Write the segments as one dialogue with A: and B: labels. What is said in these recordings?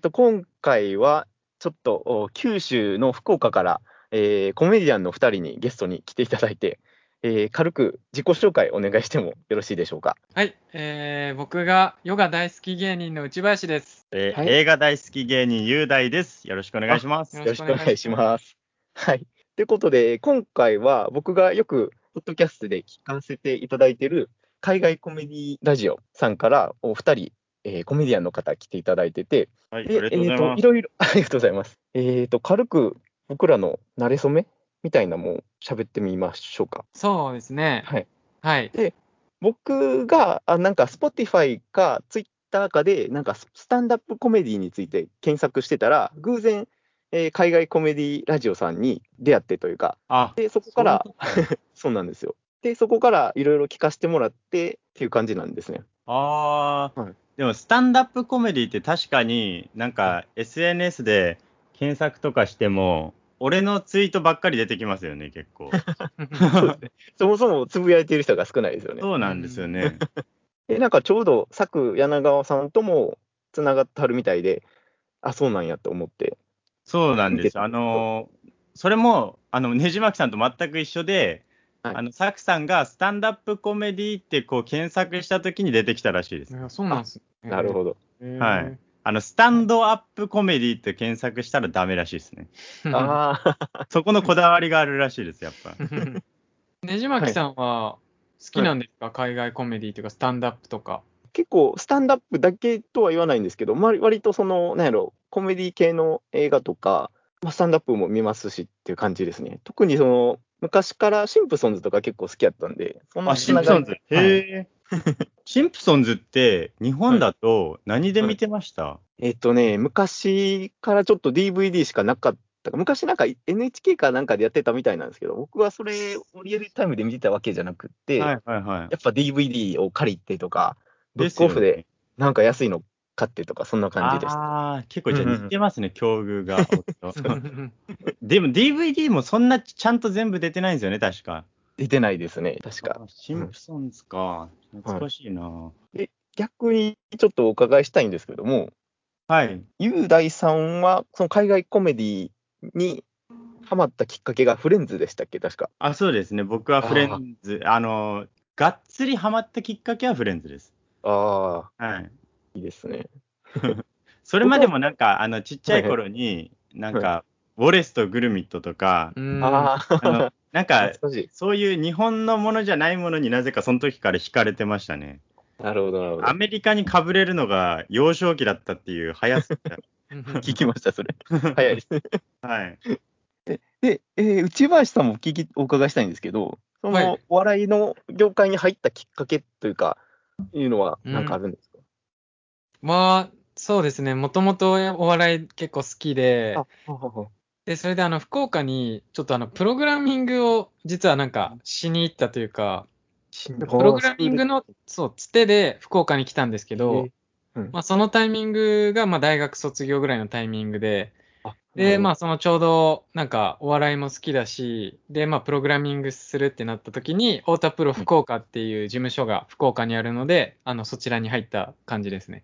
A: と今回はちょっとお九州の福岡から、えーコメディアンの2人にゲストに来ていただいて、えー軽く自己紹介お願いしてもよろしいでしょうか。
B: はい、えー、僕がヨガ大好き芸人の内林です。
C: えー
A: はい
C: 映画大好き芸人雄大です。よろしくお願いします。
A: よろしくお願いします。はい。ということで、今回は僕がよく、ポッドキャストで聞かせていただいている、海外コメディラジオさんから、お二人、えーコメディアンの方来ていただいてて、
C: はい、あ
A: で
C: りがと
A: えー
C: うございま
A: とい
C: す。
A: ろい ろ、ありがとうございます。えっ、と、軽く僕らの慣れ初めみたいなもん喋ってみましょうか。
B: そうですね。
A: はい。
B: はい。
A: 僕が、あなんか Spotify か Twitter かで、なんかススタンダップコメディについて検索してたら、偶然、えー海外コメディラジオさんに出会ってというか、
C: あ、
A: で、そこから、 そうなんですよ。で、そこからいろいろ聞かせてもらってっていう感じなんですね。
C: あー
A: はい
C: でもスタンダップコメディって確かになんか SNS で検索とかしても、俺のツイートばっかり出てきますよね、結構。
A: そもそもつぶやいている人が少ないですよね。
C: そうなんですよね。
A: で、なんかちょうど佐久柳川さんともつながってはるみたいで、あ、そうなんやと思って。
C: そうなんです。あのーそれも、あの、ねじまきさんと全く一緒で、
A: はい
C: あの、サクさんがスタンダップコメディってこう検索した時に出てきたらしいで す
B: い。やそうなんです、
A: なるほ
B: ど。
A: ど。
B: えー
C: はい。あの、スタンドアップコメディって検索したらダメらしいですね。
A: ああ、
C: そこのこだわりがあるらしいです、やっぱ。
B: ねじまきさんは好きなんですか、海外コメディというか、スタンダップと か。
A: 結構スタンダップだけとは言わないんですけど、まり割とその、なんやろ、コメディ系の映画とか、まあ、スタンダップも見ますしっていう感じですね。特にその、昔からシンプソンズとか結構好きやったんで、その
C: あ、シンプソンズ。へ
A: はい
C: え。シンプソンズって、日本だと何で見てました、
A: えっとね、昔からちょっと DVD しかなかったか、昔なんか NHK かなんかでやってたみたいなんですけど、僕はそれ、オリエルタイムで見てたわけじゃなくて、
C: はいはいはい。
A: やっぱ DVD を借りてとか、ブッ
C: す
A: ク
C: よ
A: オ
C: ね
A: フでなんか安いの買ってとか、そんな感じでした。
C: ああ、結構じゃあ似てますね、境遇が。 でも DVD もそんなちゃんと全部出てないんですよね、確か。
A: 出てないですね、確か。
C: あシンプソンズか。懐かしいな。
A: 逆にちょっとお伺いしたいんですけども、
C: はい。
A: 雄大さんは、その海外コメディにハマったきっかけがフレンズでしたっけ、確か。
C: あ、そうですね。僕はフレンズ、あの、がっつりハマったきっかけはフレンズです。
A: ああ、
C: はい。
A: いいですね。
C: それまでもなんか、あの、ちっちゃい頃に、なんか、ウォレスとグルミットとか、
B: うん
A: あ
C: あの
A: あ、
C: なんか、
A: 懐かし
C: そういう日本のものじゃないものになぜかその時から惹かれてましたね。
A: い。なるほど、なるほど
C: ア。メリカにかぶれるのが幼少期だったっていう早さ。
A: 聞きました、 それ。早いですね。
C: はい。
A: で、えー内林さんもお聞きお伺いしたいんですけど、そ
B: は
A: の
B: い
A: お笑いの業界に入ったきっかけというか、いうのは、なんかあるんですか、
B: まあ、そうですね。もともとお笑い結構好きで、
A: あはは
B: で、それであの、福岡に、ちょっとあの、プログラミングを、実はなんか、しに行ったというか、プログラミングの、そう、つてで福岡に来たんですけど、まあ、そのタイミングが、まあ、大学卒業ぐらいのタイミングで、で、ま
A: あ、
B: あ、そのちょうど、なんか、お笑いも好きだし、で、まあ、プログラミングするってなった時に、太田プロ福岡っていう事務所が福岡にあるので、あの、そちらに入った感じですね。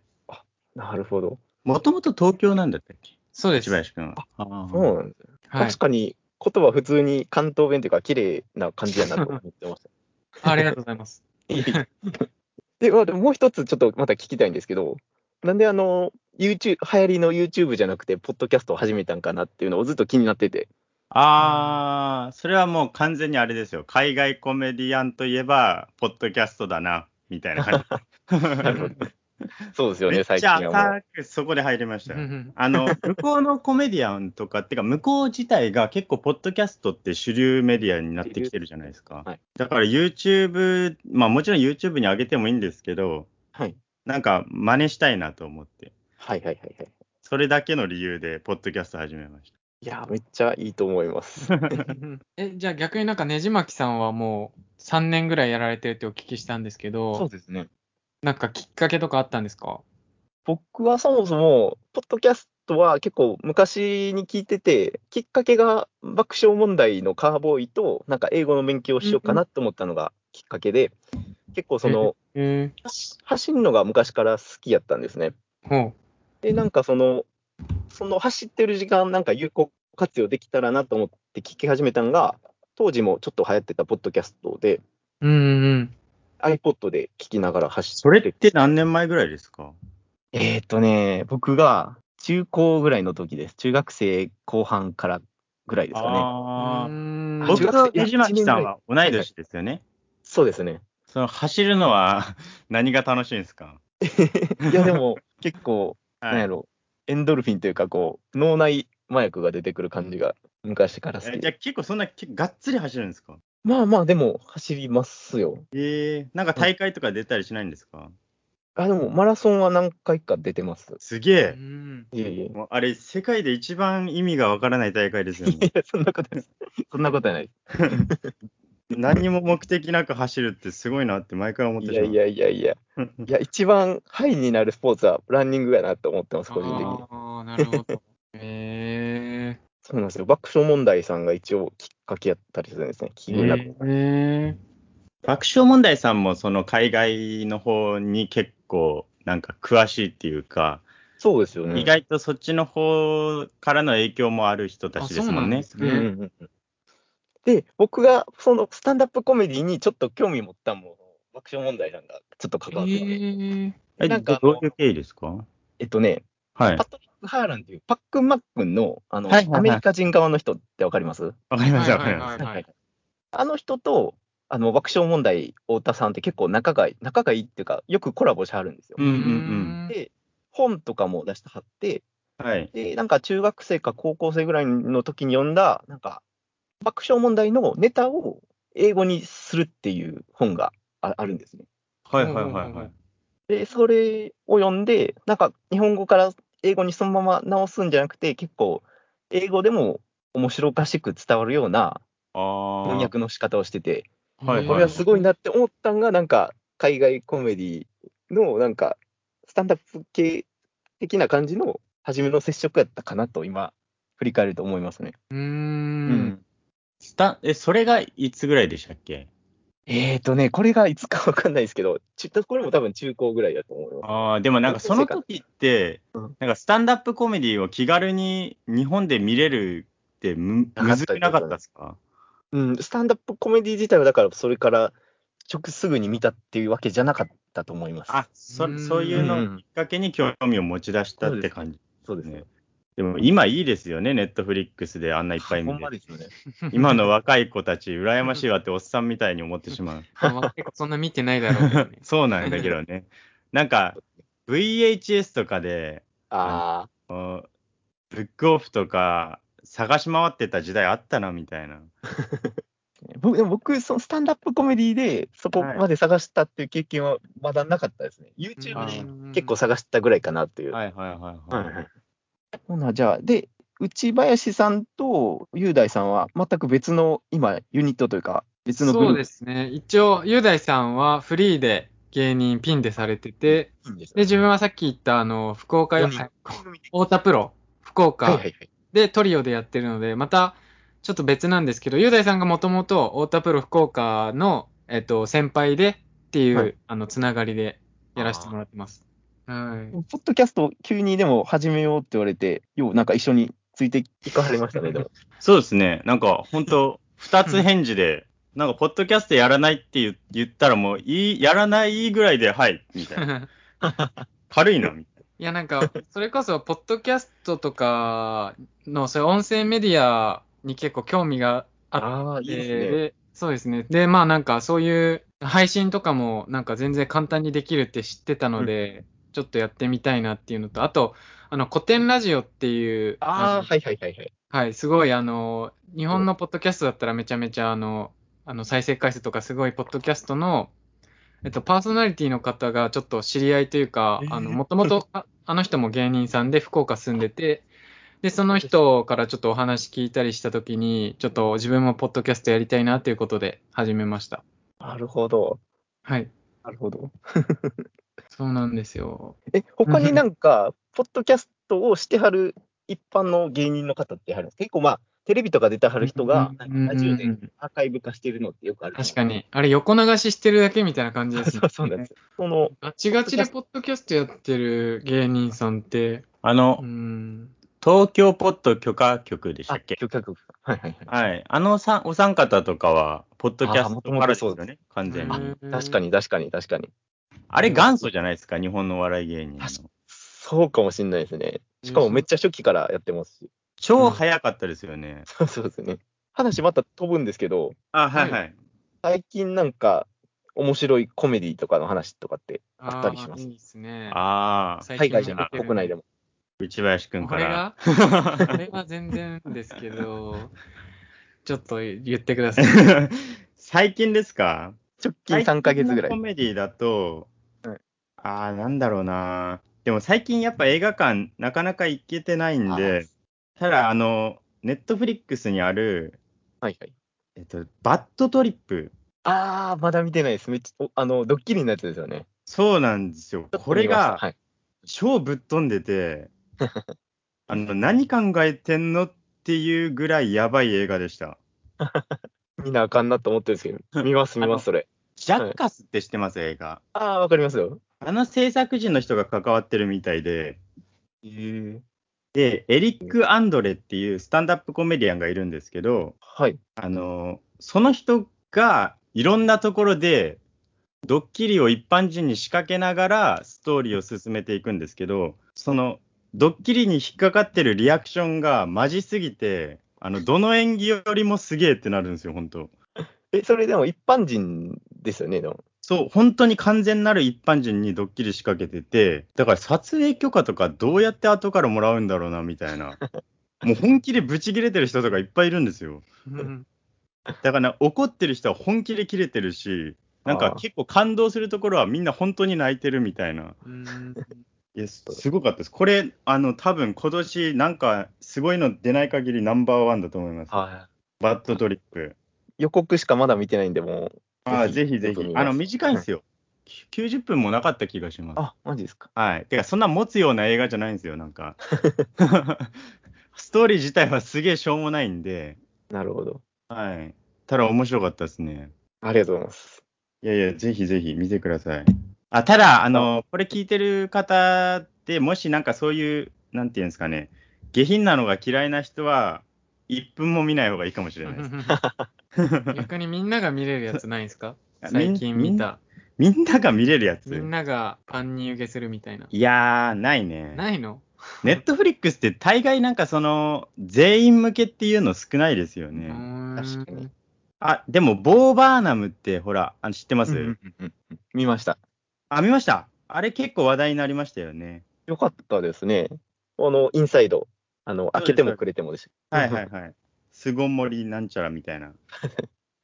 A: なるほど。
C: もともと東京なんだったっけ
B: そうです。は
C: 千
B: い。
C: 林くんは。あ
A: そうなんですね、確かに、言葉普通に関東弁というか、綺麗な感じやなと思ってました。
B: ありがとうございます。
A: で、まあでももう一つ、ちょっとまた聞きたいんですけど、なんであの、YouTube、流行りの YouTube じゃなくて、ポッドキャストを始めたんかなっていうのをずっと気になってて。
C: あー、それはもう完全にあれですよ。海外コメディアンといえば、ポッドキャストだな、みたいな感
A: なるほど。そうです
C: じ。
A: よ
C: め
A: ね、
C: っ
A: 最
C: ち
A: 近
C: ゃ
A: はもう。
C: 浅くそこで入りました
B: うんう
C: よ。
B: ん
C: あの、向こうのコメディアンとか、ってか、向こう自体が結構、ポッドキャストって主流メディアになってきてるじゃないですか。
A: はい
C: だから YouTube、まあもちろん YouTube に上げてもいいんですけど、
A: はい。
C: なんか真似したいなと思って、
A: はいはいはいはい。
C: それだけの理由で、ポッドキャスト始めました。
A: いやー、めっちゃいいと思います。
B: え、じゃあ逆になんかねじまきさんはもう3年ぐらいやられてるってお聞きしたんですけど、
A: ですね。
B: なんかきっかけとかあったんですか
A: 僕はそもそも、ポッドキャストは結構昔に聞いてて、きっかけが爆笑問題のカーボーイと、なんか英語の勉強をしようかなと思ったのがきっかけで、結構その、
B: え
A: 走るのが昔から好きやったんですね。
B: ー、ほ
A: で、なんかその、その走ってる時間、なんか有効活用できたらなと思って聞き始めたのが、当時もちょっと流行ってたポッドキャストで、
B: うんうん。
A: iPod で聞きながら走って
C: それって何年前ぐらいですか
A: えっ、とね、僕が中高ぐらいの時です。中学生後半からぐらいですかね。
B: う
C: あ
B: ー
C: あ。
B: ん
A: ー
C: 僕
A: 中学
C: と
A: 生
C: 江島木さんは同い年ですよね。
A: そうです ね。
C: その走るのは 何が楽しいんですか
A: いや、でも結構、なん
C: は
A: や
C: い。
A: ろ、エンドルフィンというか、こう、脳内麻薬が出てくる感じが昔から好
C: え
A: き
C: じゃあ結構そんなけがっつり走るんですか
A: まあまあ、でも走りますよ。
C: ええなんか大会とか出たりしないんですか
A: あ、でもマラソンは何回か出てます。
C: すげ
B: う
C: え。
B: ん
A: いえいえ。
C: もうあれ、世界で一番意味がわからない大会ですよね
A: い。や、そんなことないです。そんなことはないで
C: 何にも目的なく走るってすごいなって毎回思っ
A: す。
C: て
A: い
C: し
A: や
C: まう。
A: いやいやいや。いや、一番ハイになるスポーツはランニングやなと思ってます、個人的に。
B: ああ、なるほど。へえ。
A: そうなんですよ。爆笑問題さんが一応きっかけやったりするんですね。気
C: え
A: になる。
B: へ
C: 爆笑問題さんもその海外の方に結構なんか詳しいっていうか、
A: そうですよね。
C: 意外とそっちの方からの影響もある人たちですもんね。
B: あそう
A: うんうんうんうんで、僕がそのスタンダップコメディにちょっと興味持ったのも、爆笑問題さんがちょっと関わってて、
B: え。
C: え
A: なんかあ
C: ど
A: の
C: ういう経緯ですか
A: えっとね、
C: はい
A: パ。トリック・ハーランっていうパックン・マックンのあの、
C: はいはいはい
A: アメリカ人側の人ってわかります
C: わかりました、わかりま
B: は
C: し
B: いはいはい。
A: あの人とあの爆笑問題太田さんって結構仲がいい仲がいいっていうか、よくコラボしはるんですよ
C: た。う。んうん
B: う
A: で本とかも出してはって、
C: うん。はい。
A: で、なんか中学生か高校生ぐらいの時に読んだ、なんか爆笑問題のネタを英語にするっていう本がああるんですね。
C: はいはいはいはい。
A: で、それを読んで、なんか日本語から英語にそのまま直すんじゃなくて、結構英語でも面白おかしく伝わるような
C: ああ。
A: 翻訳の仕方をしてて、
C: はいはい
A: これはすごいなって思ったんが、なんか海外コメディのなんかスタンダップ系的な感じの初めの接触やったかなと今、振り返ると思いますね。
B: うー。
C: うんん。スタえ、それがいつぐらいでしたっけ
A: えーとね、これがいつかわかんないですけど、ちこれも多分中高ぐらいだと思います。
C: ああ、でもなんかその時って
A: うん、
C: なんかスタンダップコメディを気軽に日本で見れるってむ、
A: なか
C: む
A: った
C: ずくなかったですか
A: うん、スタンダップコメディ自体はだからそれから直すぐに見たっていうわけじゃなかったと思います。
C: あ、そ、そういう
A: う
C: のを
A: ん
C: きっかけに興味を持ち出したって感じ。
A: そうですね。
C: でも今いいですよね、ネットフリックスであんないっぱい
A: ほ
C: 見
A: んま
C: て。
A: ですよね。
C: 今の若い子たち、羨ましいわっておっさんみたいに思って しまう。。
B: まあ若い子そんな見てないだろうけどね
C: そうなんだけどね。なんか、VHS とかで、
A: あ
C: ブックオフとか探し回ってた時代あったなみたいな。
A: あ、僕、でも僕そのスタンダップコメディでそこまで探したっていう経験はまだなかったですね。YouTube で
B: うん
A: 結構探したぐらいかなっていう。
C: はいはいはいはい。
A: はいほな、じゃあ、で、内林さんと雄大さんは全く別の今、ユニットというか、別のグル
B: そう
A: ープ
B: ですね。一応、雄大さんはフリーで芸人ピンでされてて、
A: なんですよ
B: で、
A: ね
B: 自分はさっき言った、あの、福岡よ、
A: うん
B: はい太田プロ、福
A: はい
B: 岡
A: はいはい。
B: でトリオでやってるので、またちょっと別なんですけど、雄大さんがもともと太田プロ福岡の、えっと、先輩でっていう、
A: はい
B: あの、つながりでやらせてもらってます。はい。
A: ポッドキャスト急にでも始めようって言われて、ようなんか一緒についていかはりましたね、でも。
C: そうですね。なんか本当二つ返事で、なんかポッドキャストやらないって言言ったらもういい、やらないぐらいではい、みたいな。軽いな、みたい
B: いや、なんか、それこそ、ポッドキャストとかの、そういう音声メディアに結構興味があ っ
A: ああ、いいですね。
B: で、そうですね。で、まあなんかそういう配信とかもなんか全然簡単にできるって知ってたので、ちょっとやってみたいなっていうのと、あと、あの、古典ラジオっていう、
A: ああ、
B: の
A: はいはいはいはい。
B: はい、すごいあの、日本のポッドキャストだったらめちゃめちゃあの、あの再生回数とかすごいポッドキャストの、えっと、パーソナリティの方がちょっと知り合いというか、あの、もともと、ああの人も芸人さんで福岡住んでて、で、その人からちょっとお話聞いたりしたときに、ちょっと自分もポッドキャストやりたいなということで始めました。
A: なるほど。
B: はい。
A: なるほど。
B: そうなんですよ。
A: え、他になんか、ポッドキャストをしてはる一般の芸人の方ってはるんですか結構まあ、テレビとか出てはる人が、
B: う
A: なんんかラジオで
B: うんうんうん
A: アーカイブ化してるのってよくある。
B: 確か。に。あれ、横流ししてるだけみたいな感じですね
A: そうそうなんです。その、
B: ガチガチでポッドキャストやってる芸人さんって、
C: な。あの
B: う、ん
C: 東京ポッド許可局でした
A: あ
C: っけ
A: 許可局はいはいはい。
C: はい。あのさお三方とかは、ポッドキャストからですよ
A: あ元々そう
C: ね、完全に。あ
B: うん
A: 確かに確かに確かに。
C: れ元祖じゃないですか、日本のお笑い芸人の
A: 確。そうかもしんないですね。しかもめっちゃ初期からやってますし。
C: 超早かったですよね。
A: そうそうですね。話また飛ぶんですけど、
C: あ、はいはい。
A: 最近なんか面白いコメディとかの話とかってあったりします
B: あーいいですね。
C: ああ、
B: 最
A: 海
B: 近
A: 外じゃなく
B: 見てる
A: 国内でも。
C: 内林くん
B: こ
C: か
B: れ
C: ら。
B: がこれは全然ですけど、ちょっと言ってください。
C: 最近ですか
A: 直近3ヶ月ぐら
C: 最近のコ
A: い。
C: メディだと、
A: はい
C: ああ、なんだろうな。でも最近やっぱ映画館なかなか行けてないんで、ただあの、ネットフリックスにある、
A: はいはい。
C: えっと、バッドトリップ。
A: あー、まだ見てないです。めっちゃ、おあの、ドッキリのやつですよね。
C: そうなんですよ。これが
A: はい。
C: 超ぶっ飛んで て、あの、何考えてんのっていうぐらいやばい映画でした。
A: 見なあかんなと思ってるんです けど、見ます見ます、それ。
C: ジャッカスって知ってます、映画。
A: あー、わかりますよ。
C: あの制作人の人が関わってるみたいで、
A: えー、
C: で、エリック・アンドレっていうスタンダップコメディアンがいるんですけど、
A: はい。
C: あの、その人がいろんなところで、ドッキリを一般人に仕掛けながらストーリーを進めていくんですけど、そのドッキリに引っかかってるリアクションがマジすぎて、あの、どの演技よりもすげえってなるんですよ、本当
A: え、それでも一般人ですよね、でも。
C: そう、本当に完全なる一般人にドッキリ仕掛けてて、だから撮影許可とかどうやって後からもらうんだろうな、みたいな。もう本気でブチ切れてる人とかいっぱいいるんですよ。
B: うん
C: だからな怒ってる人は本気で切れてるし、なん
A: あ
C: か
A: ー
C: 結構感動するところはみんな本当に泣いてるみたいな。
B: うん
C: いや、すすごかったです。これ、あの、多分今年なんかすごいの出ない限りナンバーワンだと思います。
A: は
C: バッドトリップ。
A: い。予告しかまだ見てないんで、もう。
C: ああ、ぜひ
A: ち
C: ぜ
A: ょっと
C: ひ
A: 見。ま
C: あ
A: す
C: の、短いんですよ。90分もなかった気がします。
A: あ、マジですか。
C: はい。てか、そんな持つような映画じゃないんですよ、な んか。ストーリー自体はすげえしょうもないんで、
A: なるほど。
C: はい。ただ面白かったですね。
A: ありがとうございます。
C: いやいや、ぜひぜひ見てください。あ、ただ、あの、これ聞いてる方でもしなんかそういう、なんていうんですかね、下品なのが嫌いな人は、1分も見ない方がいいかもしれないです。
B: 逆にみんなが見れるやつないんですか
C: あみん
B: 最近見た。
C: みんなが見れるやつ。
B: みんながパンに受けするみたいな。
C: いやー、ないね。
B: ないの
C: ネットフリックスって大概なんかその、全員向けっていうの少ないですよね。
B: うーん
A: 確かに
C: あ、でも、ボーバーナムって、ほら、あの知ってます、
A: うんうんうんうん見ました。
C: あ、見ました。あれ結構話題になりましたよね。
A: よかったですね。このインサイド、あの、開けてもくれてもです。
C: はいはいはい。巣ごもりなんちゃらみたいな。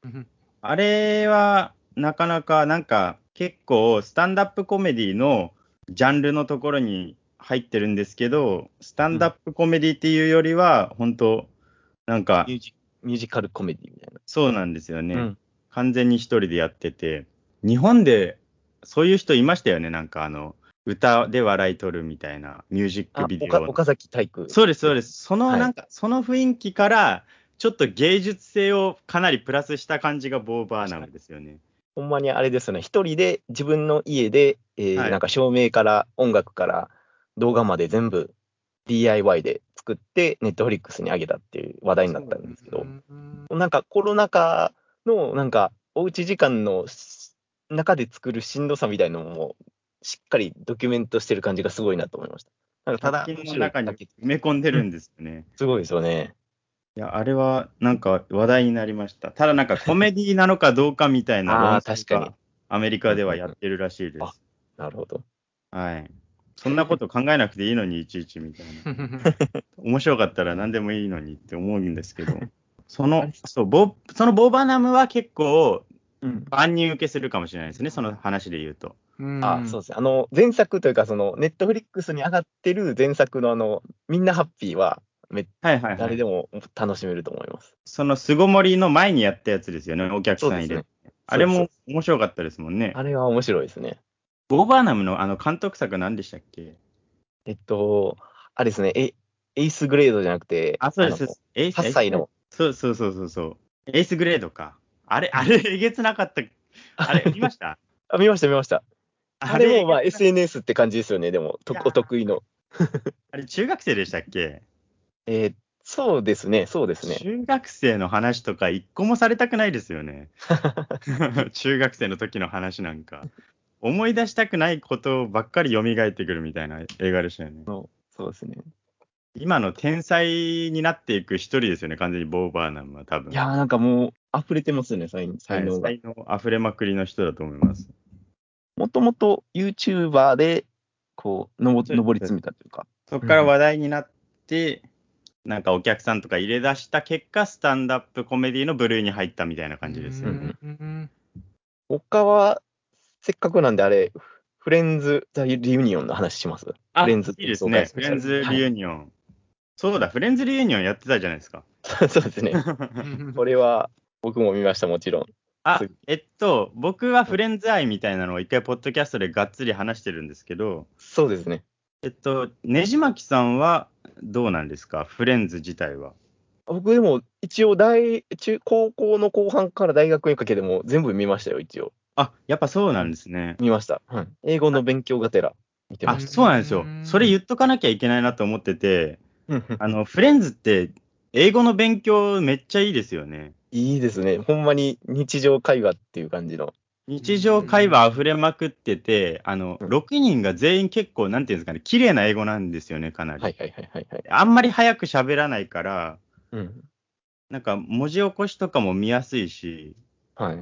B: うん
C: あれは、なかなか、なんか、結構、スタンダップコメディのジャンルのところに入ってるんですけど、スタンダップコメディっていうよりは、本当なんか
A: ミ、ュージミュージカルコメディみたい
C: そうなんですよね。
A: な。うん
C: 完全に一人でやってて、日本でそういう人いましたよね、なんかあの、歌で笑い取るみたいなミュージッ
A: あ
C: クビデ
A: 岡
C: オの。
A: 岡崎体育。
C: そうです、そうです。その
A: はい
C: なんか、その雰囲気から、ちょっと芸術性をかなりプラスした感じがボーバーナムですよね。
A: ほんまにあれですね、一人で自分の家で、えー
C: はい
A: なんか照明から音楽から動画まで全部 DIY で作って、ネットフリックスに上げたっていう話題になったんですけど、
B: うん
A: なんかコロナ禍のなんかおうち時間のし中で作るしんどさみたいのもしっかりドキュメントしてる感じがすごいなと思いました。なんかただ、
C: 作品の中
A: 面白い
C: に
A: だけ
C: 埋め込んでるんですよね。
A: すごいですよね。
C: いや、あれはなんか話題になりました。ただな んかコメディなのかどうかみたいな
A: あ
C: 論
A: ー
C: 争
A: 確かに
C: がアメリカではやってるらしいです。
A: なるほど。
C: はい。そんなこと考えなくていいのに、いちいちみたいな。面白かったら何でもいいのにって思うんですけど、その、そう、ボそのボーバーナムは結構、
A: うん、
C: 万人受けするかもしれないですね、その話で言うと。
B: うん
A: あそうですね。あの、前作というか、その、ネットフリックスに上がってる前作のあの、みんなハッピーは、
C: はいはいは
A: 誰
C: い。
A: でも楽しめると思います。
C: その巣ごもりの前にやったやつですよね、お客さん入れて。
A: そうです
C: あれ
A: そう
C: も
A: で
C: 面白かったですもんね
A: す。あれは面白いですね。
C: ボーバーナムのあの監督作何でしたっけ
A: えっと、あれですね、エエースグレードじゃなくて、
C: あ、そうですそう
A: の
C: です。エイス
A: 8歳の。
C: そうそうそうそうそう。エースグレードか。あれ、あれ、えげつなかった。あれ、見ました
A: あ、見ました、見ました。 あれも、まあ、
C: えげつな
A: SNS って感じですよね、でも、と
C: いやー
A: お得意の。
C: あれ、中学生でしたっけ
A: えーそうですね、そうですね。
C: 中学生の話とか一個もされたくないです よね。中学生の時の話なんか。思い出したくないことばっかり蘇ってくるみたいな映画でしたよね。
A: そうですね。
C: 今の天才になっていく一人ですよね、完全にボーバーナムは多分。
A: いやー、なんかもう、溢れてますね、才才能が。
C: 才能溢れまくりの人だと思います。
A: もともと YouTuber で、こう、のぼ
C: そうです
A: 上り詰めたというか。
C: そこから話題になって、なんかお客さんとか入れ出した結果、スタンダップコメディの部類に入ったみたいな感じですよね。
B: うんうん
A: 他は、せっかくなんであれ、フレンズ・ザ・リユニオンの話しますフ
B: あ
A: レンズ
C: いいですね。フレンズリユ
A: ン
C: ニオン。そうだ、フレンズリユニオンやってたじゃないですか。
A: オン。 そうですね。
B: うん
A: これは、僕も見ました、もちろん。
C: あ
A: 次、
C: えっと、僕はフレンズ愛みたいなのを一回、ポッドキャストでがっつり話してるんですけど、
A: そうですね。
C: えっと、ねじまきさんはどうなんですか、フレンズ自体は。
A: 僕でも、一応大中、高校の後半から大学にかけても全部見ましたよ、一応。
C: あ、やっぱそうなんですね。
A: 見ました。はい、英語の勉強がてら、見てま
C: あ、
A: した。
C: そうなんですよ
B: う。ん
C: それ言っとかなきゃいけないなと思ってて、
A: うんうん
C: あの、フレンズって、英語の勉強めっちゃいいですよね。
A: いいですね。ほんまに日常会話っていう感じの。
C: 日常会話溢れまくってて、あの、
A: うん
C: 6人が全員結構、なんていうんですかね、綺麗な英語なんですよね、かなり。
A: はいはいはいはいはい。
C: あんまり早く喋らないから、
A: うん。
C: なんか文字起こしとかも見やすいし、
A: はい。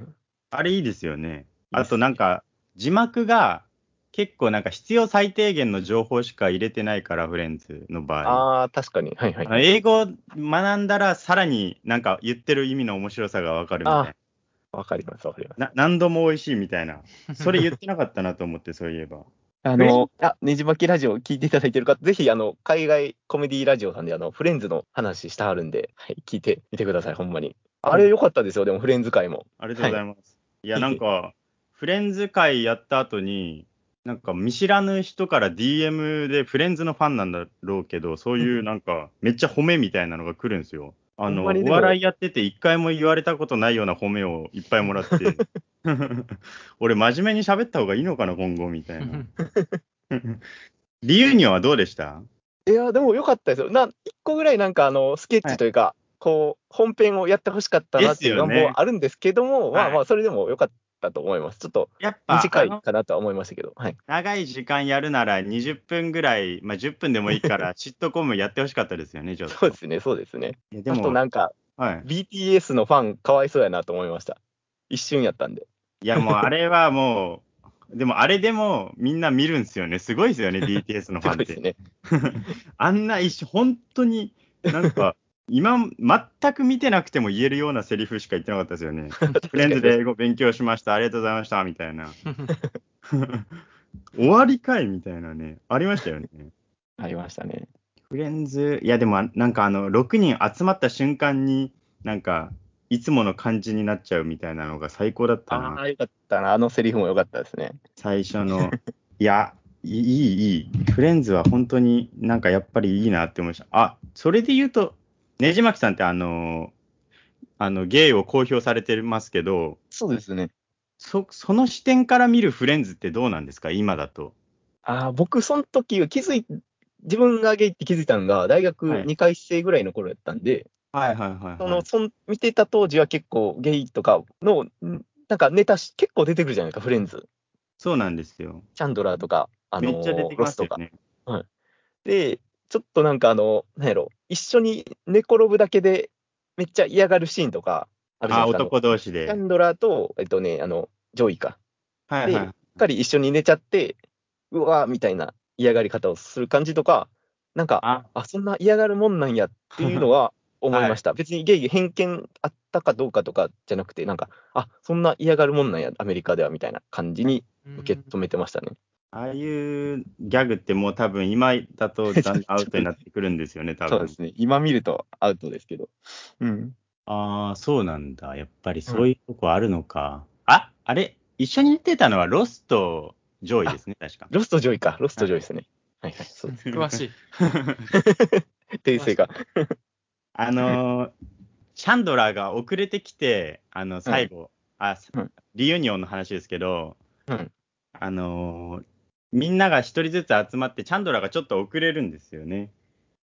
C: あれいいですよね。
A: いいですね
C: あとなんか、字幕が結構なんか必要最低限の情報しか入れてないから、フレンズの場合。
A: ああ、確かに。はいはい。
C: あの英語学んだらさらになんか言ってる意味の面白さがわかるみたいな
A: あわかりますわかります。
C: な。 何度も美味しいみたいな。 それ言ってなかったなと思って、そういえば。
A: あの、あ、ねじまきラジオ聞いていただいてる方、ぜひ、あの、海外コメディラジオさんで、あの、フレンズの話してはるんで、はい、聞いてみてください、ほんまに。あれ良かったですよ、でも、フレンズ会も。
C: ありがとうございます。い、や、なんか、フレンズ会やった後に、なんか見知らぬ人から DM でフレンズのファンなんだろうけど、そういうなんか、めっちゃ褒めみたいなのが来るんですよ。あ
A: ほ
C: の、
A: んまに
C: お
A: でも
C: 笑いやってて一回も言われたことないような褒めをいっぱいもら って、俺真面目に喋った方がいいのかな、今後、みたい な。リユニオンはどうでした
A: いや、でも良かったですよ。な、一個ぐらいなんか、あの、スケッチというか、こう、本編をやってほしかったなっていう願
C: ですよ
A: 望
C: ね
A: はあるんですけども、まあ
C: はい
A: まあ、それでも良かったと思います。ちょっと、
C: やっぱ、
A: 短
C: あ
A: い
C: の
A: かなとは思いましたけど、はい。
C: 長い時間やるなら20分ぐらい、まあ10分でもいい から、シットコムやってほしかったですよね、ちょっと。
A: そうですね、そうですね。
C: いやで
A: あと、なんか、
C: はい。
A: BTS のファン、かわいそうやなと思いました。一瞬やったんで。
C: いや、もうあれはもう、でもあれでもみんな見るんですよね。すごいですよね、BTS のフ
A: すご
C: ァン
A: い
C: っ
A: で
C: て。
A: すね。
C: あんな一瞬、本当に、なんか、今、全く見てなくても言えるようなセリフしか言ってなかったですよね。 フレンズで英語勉強しました、ありがとうございました、みたいな。終わりかいみたいなね、ありましたよね。
A: ありましたね。
C: フレンズ、いや、でもあ、なんかあの、6人集まった瞬間に、なんか、いつもの感じになっちゃうみたいなのが最高だったな
A: あ。あ、よかったな。あのセリフもよかったですね。
C: 最初のいやいいいいいいフレンズは本当になんかやっぱりいいなって思いましたあそれで言うとねじまきさんってあのあのゲイを公表されてますけど
A: そうですね。
C: そその視点から見るフレンズってどうなんですか今だと
A: ああ、僕、その時気づい、自分がゲイって気づいたのが、大学
C: はい
A: 2回生ぐらいの頃やったんで、
C: はいはいはい、
A: そのそん見てた当時は結構ゲイとかの、んなんかネタし結構出てくるじゃないですか、フレンズ。
C: そうなんですよ
A: チャンドラーとか、あの
C: めっちゃ出てき
A: ロ
C: ま
A: ス
C: す
A: と
C: よ
A: か。
C: ね
A: で、ちょっとなんかあの、なんやろ、一緒に寝転ぶだけでめっちゃ嫌がるシーンとかあるじゃな
C: あ
A: いですか。
C: 男同士
A: あの
C: で
A: キャンドラーと、えっとね、あの、ジョイか。
C: はいはい
A: しっかり一緒に寝ちゃって、うわーみたいな嫌がり方をする感じとか、なんか、
C: あ
A: あ、そんな嫌がるもんなんやっていうの は思いました。別にゲイ偏見あったかどうかとかじゃなくて、なんか、あ、そんな嫌がるもんなんや、アメリカではみたいな感じに受け止めてましたね。
C: ああいうギャグってもう多分今だとだんだんアウトになってくるんですよね多分
A: そうですね。今見るとアウトですけど。うん。
C: ああ、そうなんだ。やっぱりそういうとこあるのか。あ、あれ、一緒に出てたのはロスと上位ですね、確か。
A: ロストジョイか。ロストジョイですね。はいはい。そうです。
B: 詳しい。
A: 訂正が。
C: あのー、シャンドラーが遅れてきて、あの、最後、あ
A: うん、
C: リユニオンの話ですけど、
A: うん
C: あのー、みんなが一人ずつ集まって、チャンドラーがちょっと遅れるんですよね。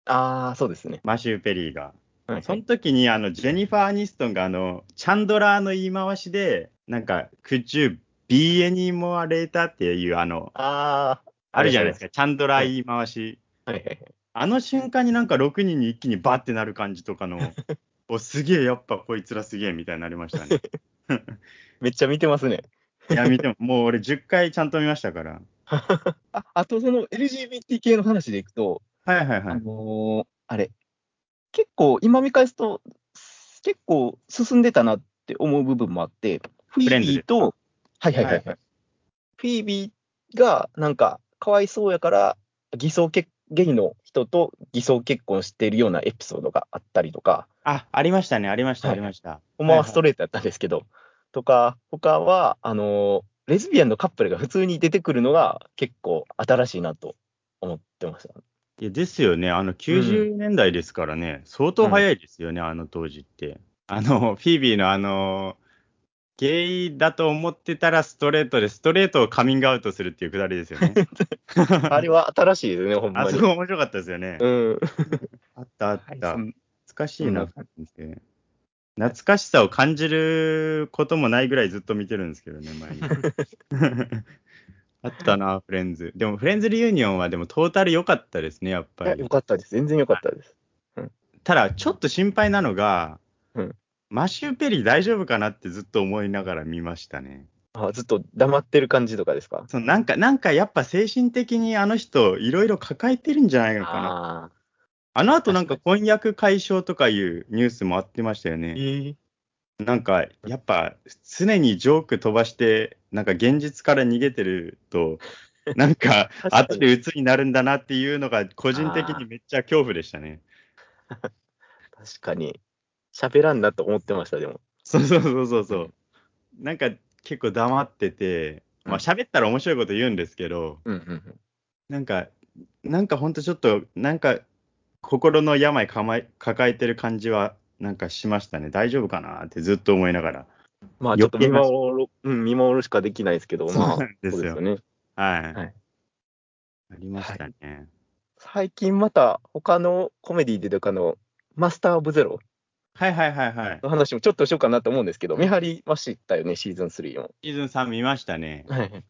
A: ああ、そうですね。
C: マシュー・ペリーが。
A: はいはい
C: その時にあのジェニファー・アニストンがあのチャンドラーの言い回しで、なんか、Could you be any more later? っていうあの、
A: あ
C: あるじゃないですか、チャンドラー言い回し。
A: あ、はいはいはい。
C: あの瞬間になんか6人に一気にバッてなる感じとか の、おすげえ、やっぱこいつらすげえみたいになりましたね。
A: めっちゃ見てますね。
C: いや、見ても、もう俺10回ちゃんと見ましたから。
A: ああと、その LGBT 系の話でいくと、
C: はいはいは
A: あ
C: い。
A: のーあれ、結構、今見返すと、結構進んでたなって思う部分もあって、フィ
C: レ
A: ー
C: ンズ
A: ビ
C: で
A: ーと、はいはいはい、はい
C: は
A: フィービーが、なんか、かわいそうやから、偽装結ゲイの人と偽装結婚しているようなエピソードがあったりとか、
C: あ、ありましたね、ありました、
A: は
C: あ
A: い
C: りました。
A: ほんまはストレートやったんですけど、とか、他は、あのーレズビアンのカップルが普通に出てくるのが結構新しいなと思ってま した。
C: いやですよね、あの90年代ですからね、相当早いですよね、あの当時って。あの、 フィービーのあの、ゲイだと思ってたらストレートで、ストレートをカミングアウトするっていうくだりです よね。
A: あれは新しいですね、ほんま
C: あ
A: に
C: そ。こ面白かったですよね。
A: うん。
C: あったあっ
A: はい
C: た。
A: そん
C: 懐かしいな、
A: そ
C: 懐かしさを感じることもないぐらいずっと見てるんですけどね、前に。 あったな、フレンズ。でも、フレンズリユニオンは、でも、トータル良かったですね、やっ
A: い
C: ぱ
A: や
C: り
A: よ。かったです。全然よかったです。
C: ただ、ちょっと心配なのが、
A: うん
C: マシュー・ペリー大丈夫かなってずっと思いながら見ましたね。
A: あずっと黙ってる感じとかですか
C: そのなんか、なんかやっぱ精神的にあの人、いろいろ抱えてるんじゃないのかな。あ
A: あ
C: の後なんか婚約解消とかいうニュースもあってましたよ
A: あ
C: ね。
A: ー。
C: なんか、やっぱ、常にジョーク飛ばして、なんか現実から逃げてると、なんか、
A: 確かに
C: 後で鬱になるんだなっていうのが、個人的にめっちゃ恐怖でしたね。
A: 確かに。喋らんなと思ってました、でも。
C: そうそうそうそうそう。なんか、結構黙ってて、まあ、喋ったら面白いこと言うんですけど、
A: うんうん
C: なんか、なんかほんとちょっと、なんか、心の病かまえ抱えてる感じは、なんかしましたね。大丈夫かなってずっと思いながら。
A: まあ、ちょっ
C: 余
A: と
C: 計
A: 見
C: な
A: 守る、うん、見守るしかできないですけど、まあ、
C: そうなん ですよ
A: そうね。
C: はい。
A: はい
C: ありましたね。
A: 最近また、他のコメディでとかの、マスター・オブ・ゼロ
C: はいはいはいはい。
A: の話もちょっとしようかなと思うんですけど、見張りましたよね、シーズン3を。
C: シーズン3見ましたね。
A: はい。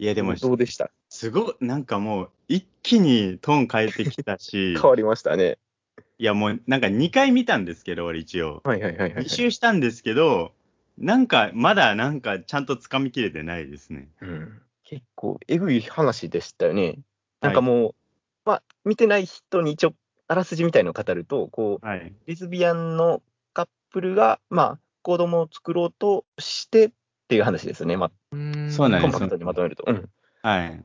C: いや、でも、
A: どうでした
C: すごい、なんかもう、一気にトーン変えてきた し
A: 変、わりましたね。
C: いや、もう、なんか2回見たんですけど、俺一応。
A: はいはいはいはい。
C: 2周したんですけど、なんか、まだなんか、ちゃんと掴みきれてないですね。
A: うん結構えぐい話でしたよね。
C: はい
A: なんかもう、まあ、見てない人に一応、あらすじみたいのを語ると、こう、
C: はい。
A: レズビアンのカップルが、まあ、子供を作ろうとしてっていう話ですよね。ま
B: うん
C: そうな
A: あ、
C: ん
A: コ
C: で
A: ン
C: す
A: パクトにまとめると。うん。
C: はい。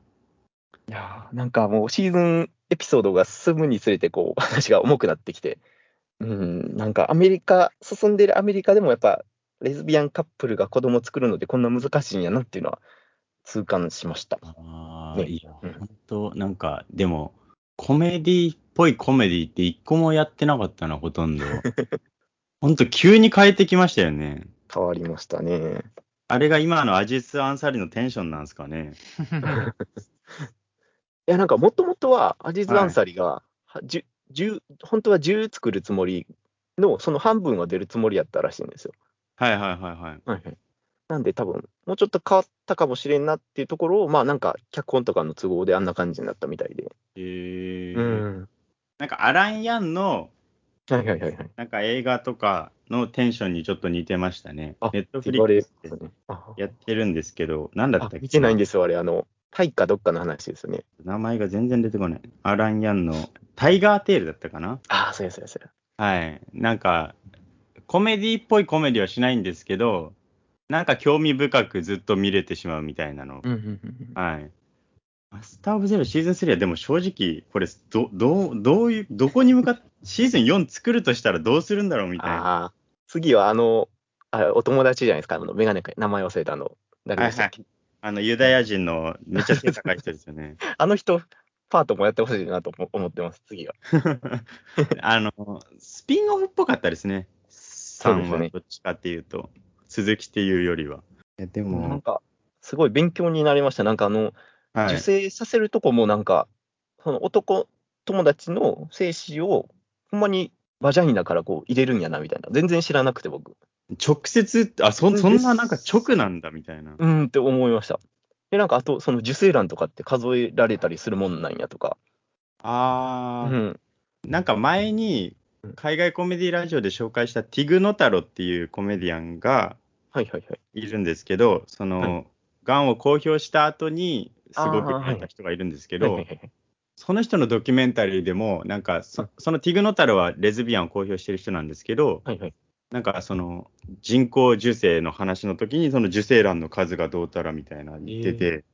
A: いやーなんかもう、シーズンエピソードが進むにつれて、こう、 話が重くなってきて、うん、なんかアメリカ、進んでるアメリカでもやっぱ、レズビアンカップルが子供を作るのでこんな難しいんやなっていうのは痛感しました。
C: ああ、
A: ね
C: いや、
A: うん
C: 本当なんか、でも、コメディっぽいコメディって一個もやってなかったな、ほと んど。本当急に変えてきましたよね。
A: 変わりましたね。
C: あれが今のアジス・アンサリのテンションなんですかね。
A: いや、なんかもともとはアジズ・アンサリが、はじゅじゅ本当は10作るつもりの、その半分は出るつもりやったらしいんですよ。
C: はいはいはいはい。
A: なんで多分、もうちょっと変わったかもしれんなっていうところを、まあなんか脚本とかの都合であんな感じになったみたいで。
C: えー
A: うん。
C: なんかアラン・ヤンの
A: はいはいはいはい。
C: なんか映画とかのテンションにちょっと似てましたね
A: あ。
C: ネットフ
A: 言
C: リ
A: わ
C: ッ
A: れ
C: ク
A: る
C: スで
A: ね。あ
C: やってるんですけど、なんだった
A: あ
C: っけ
A: 見てないんですよ、あれ。あの、タイかどっかの話ですよね。
C: 名前が全然出てこない。アラン・ヤンのタイガー・テールだったかな
A: ああ、そうやそうやそうや。
C: はい。なんか、コメディっぽいコメディはしないんですけど、なんか興味深くずっと見れてしまうみたいなの
B: うんうんうん
C: はい。マスター・オブ・ゼロシーズン3はでも正直、これど、どう、どういう、どこに向かって、シーズン4作るとしたらどうするんだろうみたいな。
A: ああ、次はあの、あお友達じゃないですか、あの、メガネか、名前忘れたあの、誰でしたっけ
C: あの、ユダヤ人のめっちゃ背高い人ですよね。
A: あの人、パートもやってほしいなと思思ってます、次は。
C: あの、スピンオフっぽかったですね。さ
A: そうんです
C: は
A: ね
C: どっちかっていうと、鈴木っていうよりは。いや、で
A: なん
C: も、
A: か、すごい勉強になりました。なんかあの、
C: は
A: 受
C: い、
A: 精させるとこもなんか、その男友達の精子を、ほんまにバジャイナからこう入れるんやなみたいな、全然知らなくて、僕。
C: 直接、あ、そそんななんか直なんだみたいな。
A: うーんって思いました。で、なんか、あと、その受精卵とかって数えられたりするもんなんやとか。う
C: あー、
A: ん。
C: なんか前に海外コメディラジオで紹介したティグ・ノタロっていうコメディアンが
A: はいはいはい。
C: いるんですけど、その、
A: は
C: がんを公表した後に、すごく
A: あー
C: 変えた人がいるんですけ
A: はい
C: ど、
A: はいはい
C: その人のドキュメンタリーでも、なんかそ、そのティグ・ノタロはレズビアンを公表してる人なんですけど、
A: はいはい。
C: なんかその人工授精の話の時にその受精卵の数がどうたらみたいな言ってて、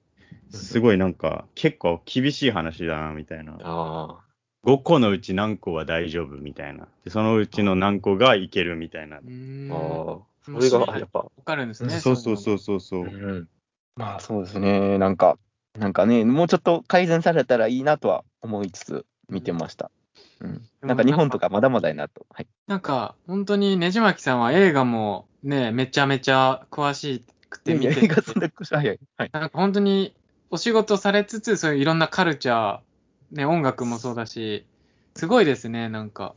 C: すごいなんか結構厳しい話だなみたいな
A: あ
C: 5個のうち何個は大丈夫みたいなでそのうちの何個がいけるみたいな
B: うーん
A: あ。ああ。そ
B: 面
A: れ
B: 白い
A: が、やっぱ。
B: わかるんですね。。
C: そうそうそううそうそう
A: うん。まあそうですね。なんか、なんかね、もうちょっと改善されたらいいなとは思いつつ見てました。うん。なんか日本とかまだまだやなと。はい。
B: なんか、本当にねじまきさんは映画もね、めちゃめちゃ詳しくて見て
A: 映画そんなくしはいはい。はい。
B: なんか本当にお仕事されつつ、そういういろんなカルチャー、ね、音楽もそうだし、すごいですね、なんか。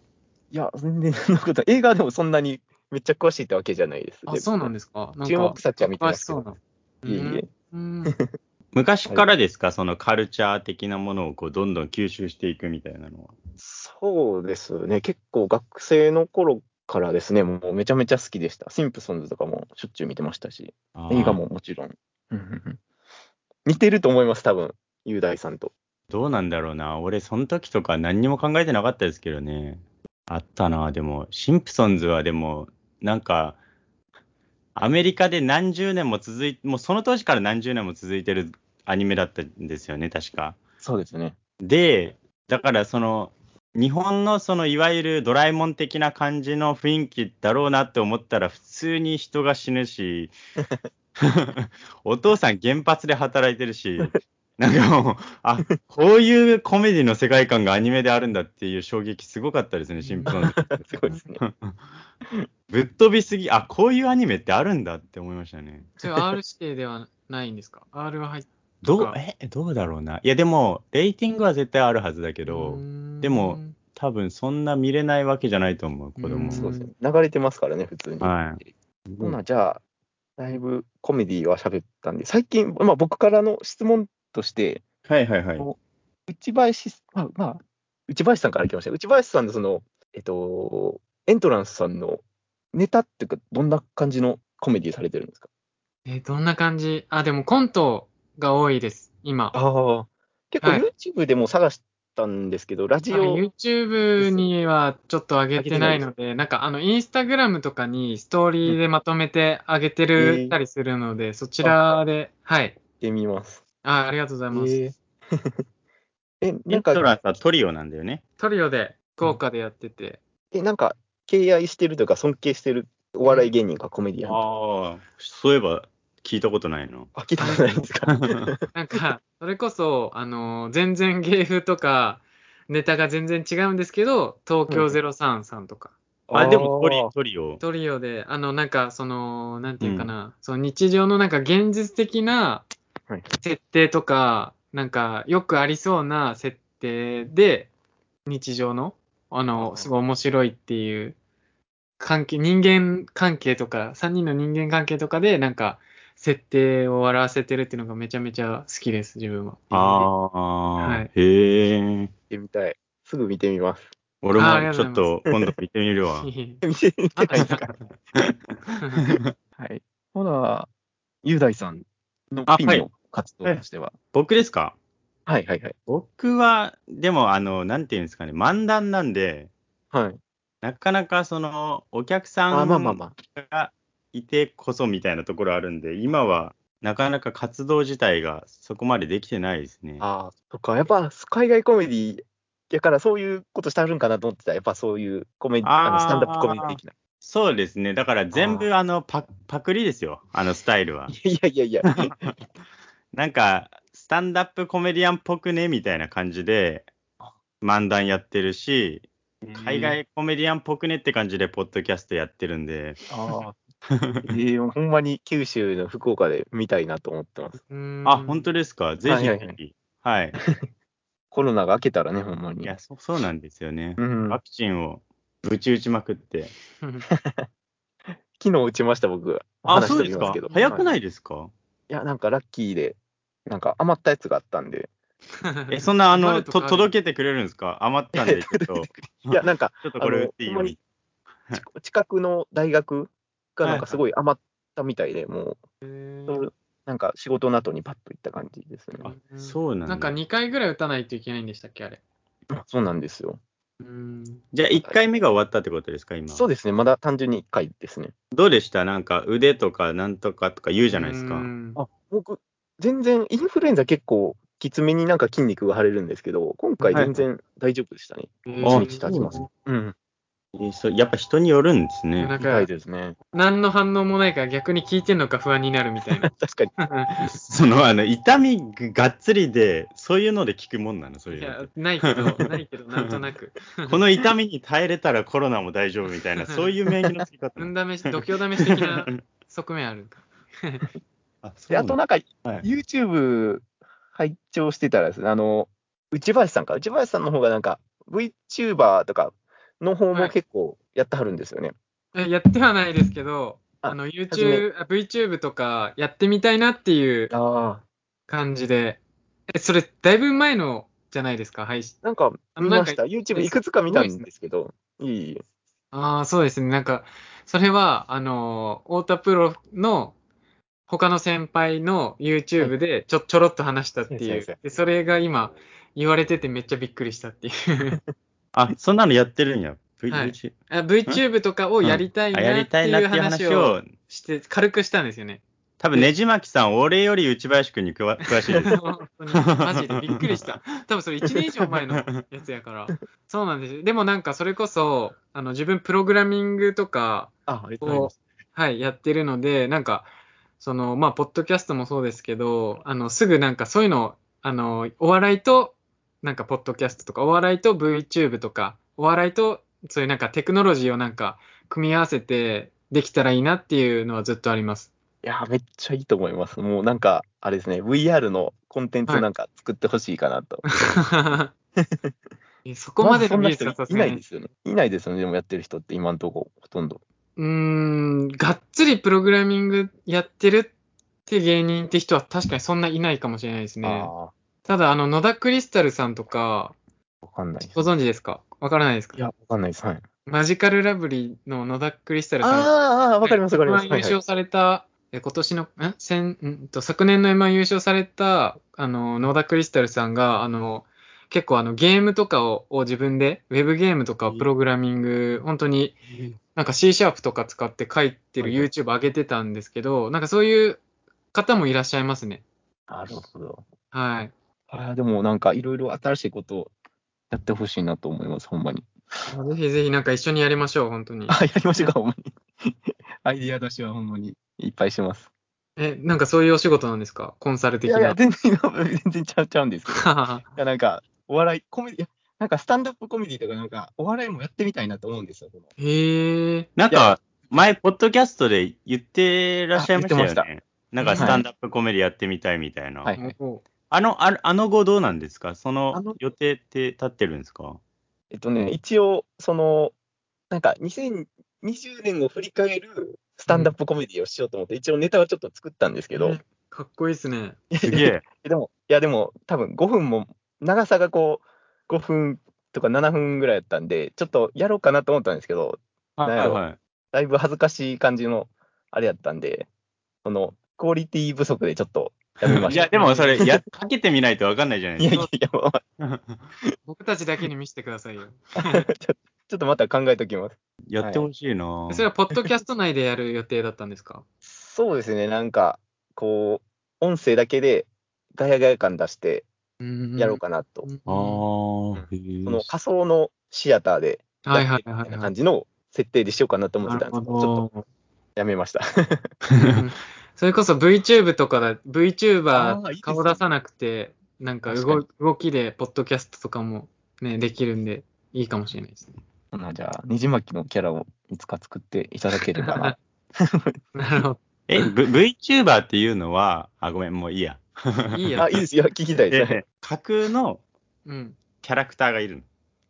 A: いや、全然そんなことない映画でもそんなにめっちゃ詳しいってわけじゃないです。
B: あ、そうなん
A: で
B: ですか。なん
A: 注
B: か
A: 目、作家見て
B: 詳
A: ま
B: し
A: すけど
B: そうな。
A: いえいえ。
B: うん。
C: 昔からですかそのカルチャー的なものをこうどんどん吸収していくみたいなのは
A: そうですね。結構学生の頃からですね、もうめちゃめちゃ好きでした。シンプソンズとかもしょっちゅう見てましたし、
C: あー
A: 映画ももちろん。うんうんうん似てると思います、多分、雄大さんと。
C: どうなんだろうな。俺、その時とか何にも考えてなかったですけどね。あったな。でも、シンプソンズはでも、なんか、アメリカで何十年も続い、もうその当時から何十年も続いてるアニメだったんですよね、確か。
A: そうですね。
C: で、だからその、日本のそのいわゆるドラえもん的な感じの雰囲気だろうなって思ったら、普通に人が死ぬ し、お父さん原発で働いてるし、なんかもう、あこういうコメディの世界観がアニメであるんだっていう衝撃すごかったですね、シンプルな。
A: すごいですね。
C: ぶっ飛びすぎ、あこういうアニメってあるんだって思いましたね。
B: そ れ R 指定ではないんですか ?R は入って
C: ど
B: そうっ、か
C: え、どうだろうな。いや、でも、レーティングは絶対あるはずだけ
B: け
C: ど、でも、多分そんな見れないわけじゃないと思う、子
B: う
C: 供
B: ん
A: そうです
C: も。
A: ね。流れてますからね、普通に。
C: はい。
A: ほな、じゃあ、だいぶコメディは喋ったんで、最近、まあ、僕からの質問として、
C: はいはいはい。
A: 内林さん、まあ、まあ、内林さんから来ました。内林さんのその、えっと、エントランスさんのネタっていうか、どんな感じのコメディされてるんですか
B: えーどんな感じあ、でもコントが多いです、今。あ
A: ああ。結構
B: はい
A: YouTube でも探したんですけど、ラジオ、
B: YouTube にはちょっと上げてないので、なんかあの、インスタグラムとかにストーリーでまとめて上げて
A: うんえ
B: る
A: ー
B: たりするので、そちらで、はい。
A: てみます。
B: あありがとうございます。
A: えー え、
C: エ
A: な
C: ン
A: んか
C: ト、ランスはトリオなんだよね。
B: トリオで福岡でやってて、
A: え、なんか、敬愛してるとか、尊敬してるお笑い芸人かコメディアン。
C: ああ、そういえば聞いたことないの。
A: あ、聞いたことないですか
B: なん か、それこそ、あの、全然芸風とか、ネタが全然違うんですけど、東京03さんとか、
C: あ、でもトリ
A: あー
C: トリオ。
B: トリオで、あの、なんか、その、なんていうかな、その日常のなんか現実的な
A: はい
B: 設定とか、なんか、よくありそうな設定で、日常の、あ
A: あ
B: の、
A: ー
B: すごい面白いっていう、関係、人間関係とか、3人の人間関係とかで、なんか、設定を笑わせてるっていうのがめちゃめちゃ好きです、自分は。
C: ああ、
B: はい
C: へえ。
A: 見てみたい。すぐ見てみます。
C: 俺
B: あーあり
C: も
B: が
C: ち
B: とうござ
C: ょっ
B: い
C: と今度見て みるわ。
A: 見てみてないですかはい。ほな、雄大さんの
C: あ
A: ピン
C: はい
A: の活動としては。
C: 僕ですか
A: はいはいはい。
C: 僕は、でも、あの、なんていうんですかね、漫談なんで、
A: はい。
C: なかなかその、お客さ
A: あ、
C: ん
A: まあまあまあ。
C: がいてこそみたいなところあるんで、今はなかなか活動自体がそこまでできてないですね。
A: あーそっか。やっぱ、海外コメディやから、そういうことしてあるんかなと思ってたら、やっぱそういうコメディ、あの
C: あー
A: スタンダップコメディ的な。
C: そうですね。だから全部あのパパクリですよ。あのスタイルは。
A: いやいやいや。
C: なんかスタンダップコメディアンっぽくねみたいな感じで漫談やってるし、海外コメディアンっぽくねって感じでポッドキャストやってるんで、
A: あー え ーほんまに九州の福岡で見たいなと思ってます。
B: うん
C: あ、本当ですか。ぜひぜひ。
A: は
C: はいい
A: はいコロナが明けたらね、ほんま
C: い
A: に。
C: や、そうそうなんですよね。
A: うん、
C: ワ
A: 昨
C: クチンをぶち打ちまくって。
A: 日打ちました、僕。
C: あ、
A: 話し
C: そ
A: て
C: うです
A: おきま
C: か
A: けど
C: 早く
A: はい
C: ないですか
A: いや、なんかラッキーで、なんか余ったやつがあったんで、
C: え、そんな、あ
B: な
C: の、
B: るとか
C: と
B: ある
C: 届けてくれるんですか余ったんで、ちょっ と、ち
A: いや、なんか、
C: ょっとこれ売っていい
A: あのほん
C: よ
A: ま
C: み
A: にち近くの大学がなんかすごい余ったみたいで、もう、それなんか仕事の後にパッと行った感じですね。
C: あ、そうなんだ。
B: なんか2回ぐらい打たないといけないんでしたっけ、あれ。
A: そうなんですよ。
B: うん。
C: じゃあ、1回目が終わったってことですか、今。
A: そうですね、まだ単純に1回ですね。
C: どうでしたなんか、腕とか、なんとかとか言うじゃないです
B: う
C: か。
B: ん
A: あ僕、全然、インフルエンザ結構、きつめになんか筋肉が腫れるんですけど、今回全然大丈夫でしたね。
C: あ
A: 一
B: うん
A: 日経ちますね。うん。
C: えそうやっぱ人によるんですね。
B: なん
A: みた
B: か
A: い、ですね。
B: 何の反応もないから逆に聞いてんのか不安になるみたい な。
A: 確かに。
C: その、あの、痛みがっつりで、そういうので効くもんなの、そうい
B: いうや
C: の。、
B: ないけど、ないけど、なんとなく。
C: この痛みに耐えれたらコロナも大丈夫みたいな、そういう免疫のつき方な
B: 運
C: の。
B: 試し、度胸試し的な側面ある。
C: あ、そう
A: で、
C: な
A: あ
C: ん
A: と
C: だ
A: なんか、
C: はい
A: YouTube 拝聴してたらですね、あの、内林さんか、内林さんの方がなんか、VTuber とかの方
B: は
A: も
B: い
A: 結構やってはるんですよね。
B: えやってはないですけど、
A: あ
B: あの、
A: 初め
B: YouTube、あ VTube とかやってみたいなっていう
A: あ
B: 感じで、え、それ、だいぶ前のじゃないですか、配信。
A: あ。なんか、
B: あの
A: 見
B: なん
A: ま
B: か
A: した。YouTube いくつか見たんですけど、いいいい。
B: ああ、そうですね。なんか、それは、あのー、太田プロの他の先輩の YouTube でちょ、ちょろっと話したって
A: そう
B: い
A: ですそう
B: う。で、それが今、言われててめっちゃびっくりしたって いう。
C: あ、そんなのやってるんや。V
B: はい
C: VTuber
B: あ VTube とかをやりたい
C: あや
B: なっ
C: り
B: て
C: たいなっ
B: いう
C: ていう
B: 話
C: 話
B: を
C: を、
B: して、軽くしたんですよ ね。
C: 多分ねじまきさん、俺より内林くんに詳詳しいで す。
B: 本当にマジでびっくりした。多分それ1年以上前のやつやから。そうなんですよ。でもなんかそれこそ、あの自分プログラミングとか、
A: あ、ありがとうございま
B: を
A: す。、
B: はい、やってるので、なんか、その、まあ、ポッドキャストもそうですけど、あの、すぐなんかそういうの、あの、お笑いと、なんか、ポッドキャストとか、お笑いと VTube とか、お笑いと、そういうなんかテクノロジーをなんか、組み合わせてできたらいいなっていうのはずっとあ ります。
A: いやー、めっちゃいいと思います。もうなんか、あれですね、VR のコンテンツなんか作ってほしいかなと。
B: えそこまで
A: ずそ
B: の
A: んな
B: 技術
A: 人
B: がさす
A: いな
B: が
A: いで
B: に。
A: すよね。いないですよね、でもやってる人って今のとこほとんど。
B: うーん、がっつりプログラミングやってるって芸人って人は確かにそんないないかもしれないですね。
A: あ
B: ただ、あの、野田クリスタルさんとか、
A: あ、わかんないです。
B: ご存知ですかわからないですか
A: いや、わかんないです。はい。
B: マジカルラブリーの野田クリスタルさん。
A: あーあー、わかります、わかります。
B: M1
A: は
B: 優
A: いはい
B: 勝された、え今年の、ん先んと昨年の M1 優勝された、あの、野田クリスタルさんが、あの、結構あの、ゲームとかをを自分で、ウェブゲームとかをプログラミング、本当になんか C シャープとか使って書いてる
A: はいはい
B: YouTube 上げてたんですけど、なんかそういう方もいらっしゃいますね。
A: なるほど。
B: はい。
A: ああ、でもなんかいろいろ新しいことをやってほしいなと思います、ほんまに。
B: ぜひぜひなんか一緒にやりましょう、本当に。
A: あやりましょうか、ほんまに。アイディア出しはほんまにいっぱいします。
B: え、なんかそういうお仕事なんですかコンサル
A: い
B: 的な。
A: やいや、全然、全然ちゃうちゃうんですけど。い
B: は
A: や、なんか、お笑い、コメディいや、なんかスタンダップコメディとかなんか、お笑いもやってみたいなと思うんですよ、でも
B: いへえ。
C: なん
A: い
C: か、前、ポッドキャストで言ってらっしゃいましたよ
A: あ言って
C: ね。なんか、スタンダップコメディやってみたいみたいな。
A: はいはい
B: お
C: あの、ああの後どうなんですかそ
A: あ
C: の
A: の
C: 予定って立ってるんですか
A: えっとね、一応、その、なんか2020年を振り返るスタンダップコメディをしようと思って、一応ネタはちょっと作ったんですけど、
B: えかっこいいですね。
C: すげえ。
A: でも、いや、でも、多分5分も、長さがこう、5分とか7分ぐらいやったんで、ちょっとやろうかなと思ったんですけど、
C: はい
A: なるほど
C: はい。
A: だいぶ恥ずかしい感じの、あれやったんで、その、クオリティ不足でちょっとやめま
C: い
A: し
C: や、
A: た。
C: でもそれ、や、かけてみないとわかんないじゃない
A: い
C: で
A: やい
C: す
A: や
C: か。
A: いや、もう
B: 僕たちだけに見せてくださいよ。
A: ちょっとまた考えときます。
C: やってほしいなぁ
B: それはポッドキャスト内でやる予定だったんですか
A: そうですね、なんか、こう、音声だけで、ガヤガヤ感出してやろうか
B: か
A: なと。
C: あーへえ
A: その仮想のシアターでや
B: はい
A: っ
B: は
A: て
B: い
A: みた
B: はいい
A: な
B: はい
A: 感。じの設定でしようかなと思ってたんですけど、ちょっと
B: ど。
A: やめました。
B: うんそれこそ VTube とかだ、
A: あーいい
B: VTuber
A: ですね
B: 顔出さなくて、なんか動動きで、ポッドキャストとかもね、できるんで、いいかもしれな いですね。
A: ほなじゃあ、にじまきのキャラをいつか作っていただければ な。
B: なるほ
C: え、V- VTuber っていうのは、あ、ごめん、もういいや。
B: ど。いいや
A: あ、いいですよ、聞きたいです。
C: え架空の
B: うん。
C: キャラクターがいる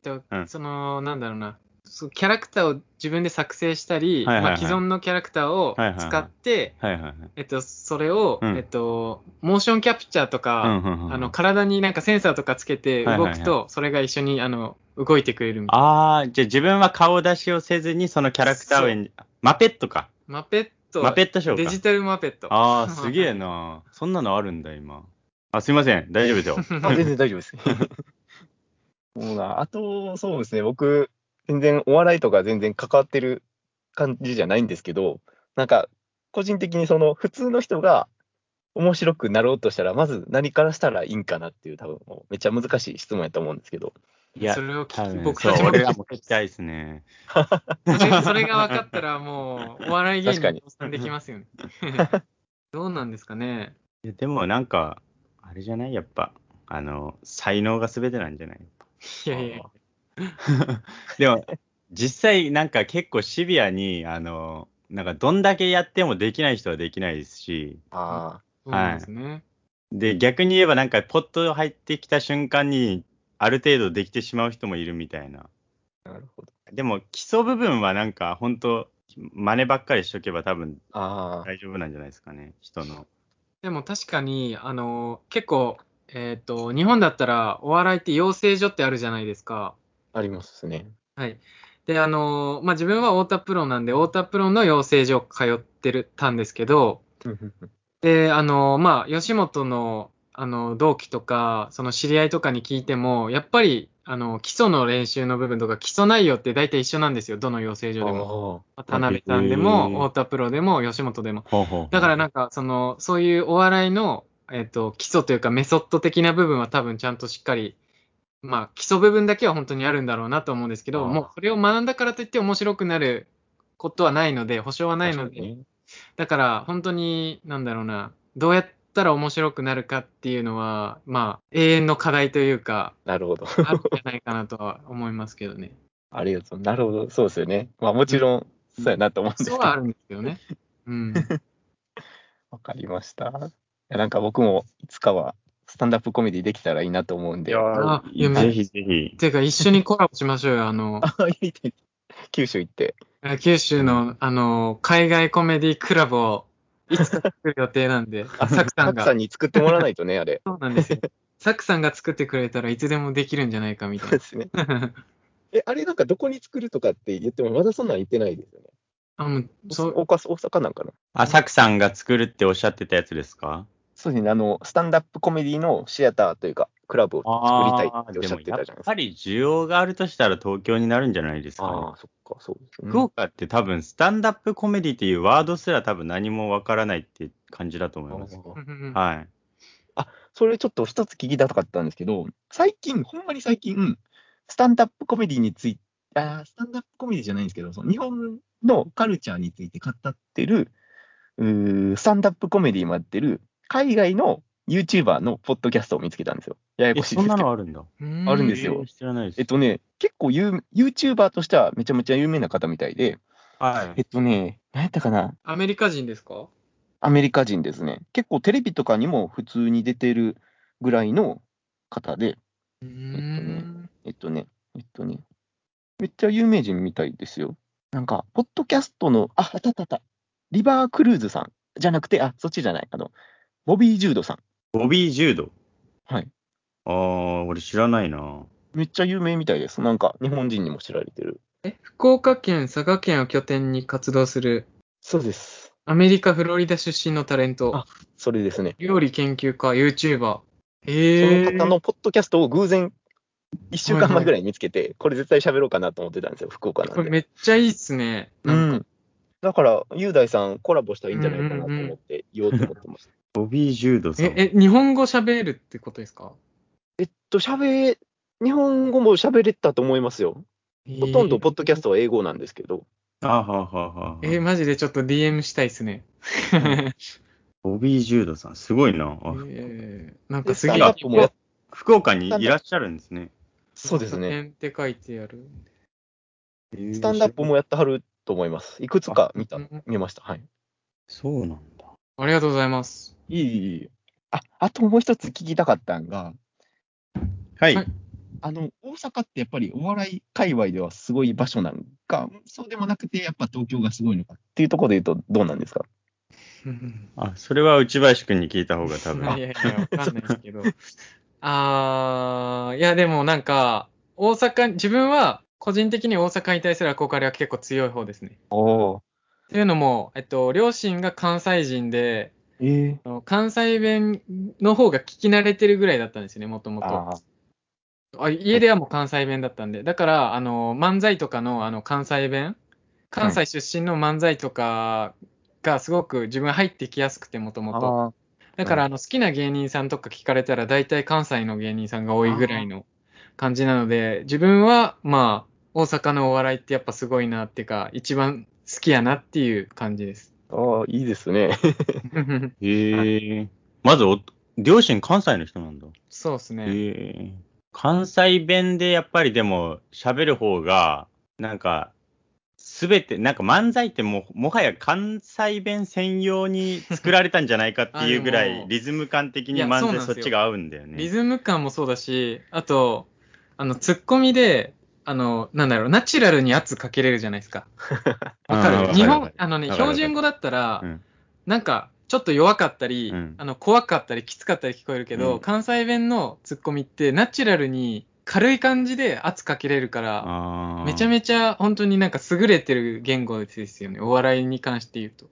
B: と
C: うん
B: その、なんだろうな。そうキャラクターを自分で作成したり、
C: はいはいはい
B: まあ、既存のキャラクターを
C: はいはいはい
B: 使って、
C: の。はいはいはい。
B: えっと、それを、
C: うん
B: えっと、モーションキャプチャーとか、あ
C: あ
B: の、体になんかセンサーとかつけて
C: はいはい
B: 動
C: はい
B: くと、それが一緒に、あの、動いてくれるみたいな。
C: あー、じゃあ自分は顔出しをせずに、そのキャラクターを演じ、マペットか。
B: マペット。
C: マペットショーか。
B: デジタルマペッ ト。
C: ああ、すげえな。そんなのあるんだ、今。あ、すいません。大丈夫ですよ。
A: あ全然大丈夫です。そうだ、あと、そうですね、僕、全然お笑いとか全然関わってる感じじゃないんですけど、なんか、個人的にその、普通の人が面白くなろうとしたら、まず何からしたらいいんかなっていう、多分もうめっちゃ難しい質問やと思うんですけど、
C: いや
B: そ、れを
C: 多
B: 聞き、
C: 分、
B: 僕
C: そ
B: た
C: う
B: ち、も
C: 俺らも聞きたいですね。
B: それ それが分かったら、もう、お笑い芸
A: 確か
B: 人
A: に
B: に参できますよ ね。どうなんですかね。
C: いやでも、なんか、あれじゃないやっぱ、あの、才能が全てなんじゃない
B: いやいや、
C: でも、実際、なんか結構シビアに、あの、なんかどんだけやってもできない人はできないですし、
A: あ
B: そうなんですね。
C: で、逆に言えばなんかポット入ってきた瞬間に、ある程度できてしまう人もいるみたいな。
A: あ、なるほど。
C: でも、基礎部分はなんか、本当真似ばっかりしとけば多分
A: ああ、
C: 大丈夫なんじゃないですかね、人の。
B: でも確かに、あの、結構、えっ、と、日本だったら、お笑いって養成所ってあるじゃないですか。
A: ありますね。
B: はい。で、あの、まあ、自分は太田プロなんで、太田プロの養成所通ってるたんですけど、で、あの、まあ、吉本の、あの、同期とか、その知り合いとかに聞いても、やっぱり、あの、基礎の練習の部分とか、基礎内容って大体一緒なんですよ。どの養成所でも。
A: あ
B: 田辺さんで
C: へー
B: も、太田プロでも、吉本でも。
C: ほうほう
B: だからなんか、その、そういうお笑いの、えっ、と、基礎というか、メソッド的な部分は多分ちゃんとしっかり、まあ、基礎部分だけは本当にあるんだろうなと思うんですけ
A: あ
B: ど、
A: ー
B: もうそれを学んだからといって面白くなることはないので、保証は
A: あ、
B: ないの
A: 確か
B: で、
A: にね
B: だから本当に、なんだろうな、どうやったら面白くなるかっていうのは、まあ、永遠の課題というか、
A: なるほど。
B: あるんじゃないかなとは思いますけど ね。
A: ありがとう。なるほど。そうですよね。まあもちろん、そうやなと思うんですけ
B: そう
A: ど。
B: はあるんですけどね。うん。
A: わかりました。いやなんか僕もいつかはスタンダップコメディできたらいいなと思うんで。
B: あ夢
C: ぜひぜひ。
B: ていうか、一緒にコラボしましょうよ、あの。
A: あいいいい 九州行って。
B: あ九州の、あの、海外コメディクラブを、いつか作る予定なん で、サクさ
A: た
B: ん
A: く
B: が。
A: さ
B: そ
A: んに作ってもらわないとね、あ れ。
B: うなんですよ。サクさんが作ってくれたらいつでもできるんじゃないかみた
A: そう
B: い
A: ですね。
B: な。
A: え、あれなんかどこに作るとかって言っても、まだそんなん言ってないですよね。
B: あ、もう、そ
A: そう
B: う、
A: 大阪大阪なんかな。
C: 浅くさんが作るっておっしゃってたやつですか
A: そうですね。あの、スタンダップコメディのシアターというか、クラブを作りたいっておっしゃってたじ
C: で
A: ゃない
C: もや
A: で
C: っ
A: すか。
C: ぱり需要があるとしたら東京になるんじゃないですか、ね
A: あ。あ、そっか、そうですね。
C: 福岡って多分スタンダップコメディっていうワードすら多分何もわからないって感じだと思います。
A: ああ
C: はい。
A: それちょっと一つ聞きたかったんですけど、最近、ほんまに最近、スタンダップコメディについて、あースタンダップコメディじゃないんですけど、その日本のカルチャーについて語ってる、うースタンダップコメディもやってる、海外の YouTuber のポッドキャストを見つけたんですよ。やや
C: え、
A: こしい
C: そ
A: です
C: んな
A: け
C: の
A: ど。
C: あるんだ。
A: あるんですよ
C: えー知らないです。
A: えっとね、結構有 YouTuber としてはめちゃめちゃ有名な方みたいで、
C: は
A: えっとね、何やったかな、
B: アメリカ人ですか
A: アメリカ人ですね。結構テレビとかにも普通に出てるぐらいの方で、
B: うーん
A: ん。えっとね、えっとね、めっちゃ有名人みたいですよ。なんか、ポッドキャストの、あ、あったあったあった、リバー・クルーズさんじゃなくて、あ、そっちじゃない、あの、ボビー・ジュードさん。
C: ボビー・ジュード。
A: はい。
C: ああ、俺知らないな。
A: めっちゃ有名みたいです。なんか、日本人にも知られてる。
B: え、福岡県、佐賀県を拠点に活動する、
A: そうです。
B: アメリカ・フロリダ出身のタレント
A: あ、それですね。
B: 料理研究家、YouTuber。
A: そ
B: え
A: の
B: ー。
A: 方のポッドキャストを偶然、1週間
B: はいはい
A: 前ぐらいに見つけて、これ絶対喋ろうかなと思ってたんですよ、福岡な
B: こ
A: ん
B: れ
A: で。
B: めっちゃいいっすね。
A: う
B: なんか
A: ん。だから、雄大さんコラボしたらいいんじゃないかなと思って、言おうと思ってます。
C: ボビー・ジュードさん。
B: え、え、日本語喋るってことですか
A: えっと、喋、日本語も喋れたと思いますよ。ほとんどポッドキャストは英語なんですけど、
C: あははは
B: えーマジでちょっと DM したいっすね。
C: ボビー・ジュードさん、すごいな。あ
B: えーなんか
A: ス
B: す
A: タ
B: げ
A: ン
B: え
A: ダップもやっ
C: 福岡にいらっしゃるんですね。
A: そうですね。
B: って書いてある。
A: スタンダップもやってはると思います。いくつか見た
B: うんうん、
A: 見ました。はい。
C: そうなんだ。
B: ありがとうございます。
A: いいいいいいあ、あともう一つ聞きたかったんが、
C: はい。
B: はい
D: あの、大阪ってやっぱりお笑い界隈ではすごい場所なんか、そうでもなくて、やっぱ東京がすごいのかっていうところで言うと、どうなんですか
C: あ、それは内林くんに聞いた方が多
B: い
C: 分。
B: やいやいや、わかんないですけど。あー、いやでもなんか、大阪、自分は個人的に大阪に対する憧れは結構強い方ですね。
A: おー
B: というのも、えっと、両親が関西人で、
A: えー、
B: あの関西弁の方が聞き慣れてるぐらいだったんですよね、もともと。
A: あー
B: あ家ではもう関西弁だったんで。だから、あの、漫才とかの、あの、関西弁、関西出身の漫才とかがすごく自分入ってきやすくて、もともと。
A: あー
B: だから、あの、好きな芸人さんとか聞かれたら、大体関西の芸人さんが多いぐらいの感じなので、自分は、まあ、大阪のお笑いってやっぱすごいなっていうか、一番好きやなっていう感 じです。
A: あー、いいですね。
C: へえ。まずお、両親関西の人なんだ。
B: そうですね。
C: へえ。関西弁でやっぱりでも喋る方が、なんか、すべて、なんか漫才ってもう、もはや関西弁専用に作られたんじゃないかっていうぐ ら
B: あで
C: い、
B: も
C: リズム感的
B: い
C: に
B: や
C: 漫
B: そう
C: 才
B: なん
C: そ
B: ですよ
C: っちが合うんだよね。
B: リズム感もそうだし、あと、あの、ツッコミで、あの、なんだろう、ナチュラルに圧かけれるじゃないです か。わか
C: うんわか
B: る
C: る
B: 日
C: わか
B: 本
C: る、
B: あのね、
C: わかる
B: 標準語だったら、
C: うん
B: なんか、ちょっと弱かったり、
C: うん
B: あの、怖かったり、きつかったり聞こえるけど、
C: うん
B: 関西弁のツッコミって、ナチュラルに軽い感じで圧かけれるから、
C: あ
B: めちゃ
C: ち
B: めちゃ本当になんか優れてる言語ですよね。お笑いに関して言うと。っ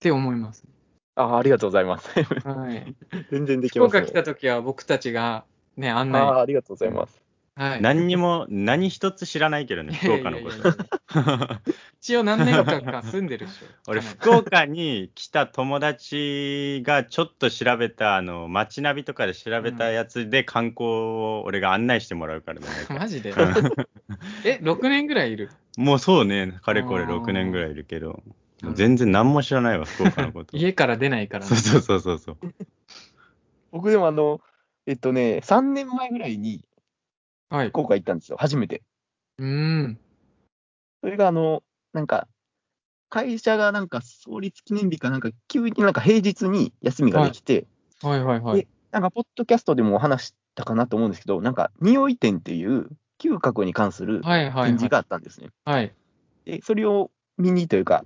B: て思います。
A: あーありがとうござゃいます。
B: はい。
A: 全然でき
B: 福
A: ます、
B: 岡
A: ね。
B: 来た時は僕たちがね、案内。
A: あ
B: は
A: あー、ありがとうございます。
B: い。
C: 何にも、何一つ知らないけどね、福 岡のこ
B: い
C: と。
B: や。いやいや 一応何年間か住んでるでしょ
C: 俺、
B: かなり
C: 福岡に来た友達がちょっと調べた、あの、街ナビとかで調べたやつで観光を俺が案内してもら うからね。
B: マジでえ、6年ぐらいいる
C: もうそうね、かれこれ
B: あー
C: 6年ぐらいいるけど、も
B: うん
C: う全然何も知らないわ、福岡のこ と。
B: 家から出ないから。
C: そうそうそうそうそう。
A: 僕でもあの、えっとね、3年前ぐらいに
B: はい。
A: 福岡行ったんですよ、初めて。
B: うーん。
A: それがあの、なんか、会社がなんか創立記念日かなんか、急になんか平日に休みができて、
B: はいはいはい
A: え。なんかポッドキャストでもお話したかなと思うんですけど、なんか、匂い店っていう嗅覚に関する
B: はい
A: 展
B: はいは
A: 示
B: い。
A: があったんですね。
B: はい。
A: で、それを見にというか、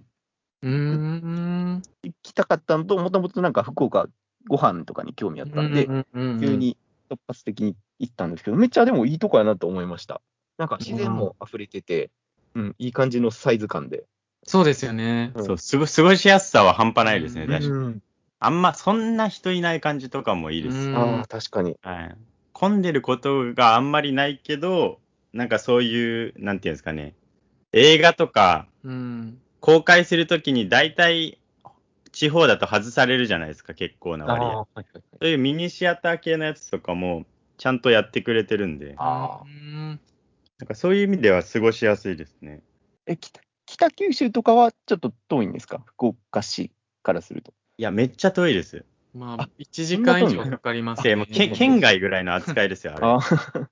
B: うーん。
A: 行きたかったのと、もともとなんか福岡ご飯とかに興味あったんで、
B: うんうんうんうん
A: 急。に突発的に行ったんですけど、めっちゃでもいいとこやなと思いました。なんか自然も溢れてて、うん、いい感じのサイズ感で。
B: そうですよね。
A: うん
C: そうすご過ごしやすさは半端ないですね、
B: うん
C: 確かに。あんま、そんな人いない感じとかもいいです。
B: うん
A: ああ、確かに。
C: はい。混んでることがあんまりないけど、なんかそういう、なんていうんですかね、映画とか
B: うん。
C: 公開するときに大体地方だと外されるじゃないですか、結構な
A: あ
C: 割合。
A: あはいはいはい
C: そういうミニシアター系のやつとかもちゃんとやってくれてるんで、
A: あー
B: うーん
C: なんかそういう意味では過ごしやすいですね。
A: え北、北九州とかはちょっと遠いんですか福岡市からすると。
C: いや、めっちゃ遠いです。
B: まあ
A: あ、
B: 1時間以上かかります
C: で、
B: ね
C: もうけ県外ぐらいの扱いですよ、
A: あ
C: あ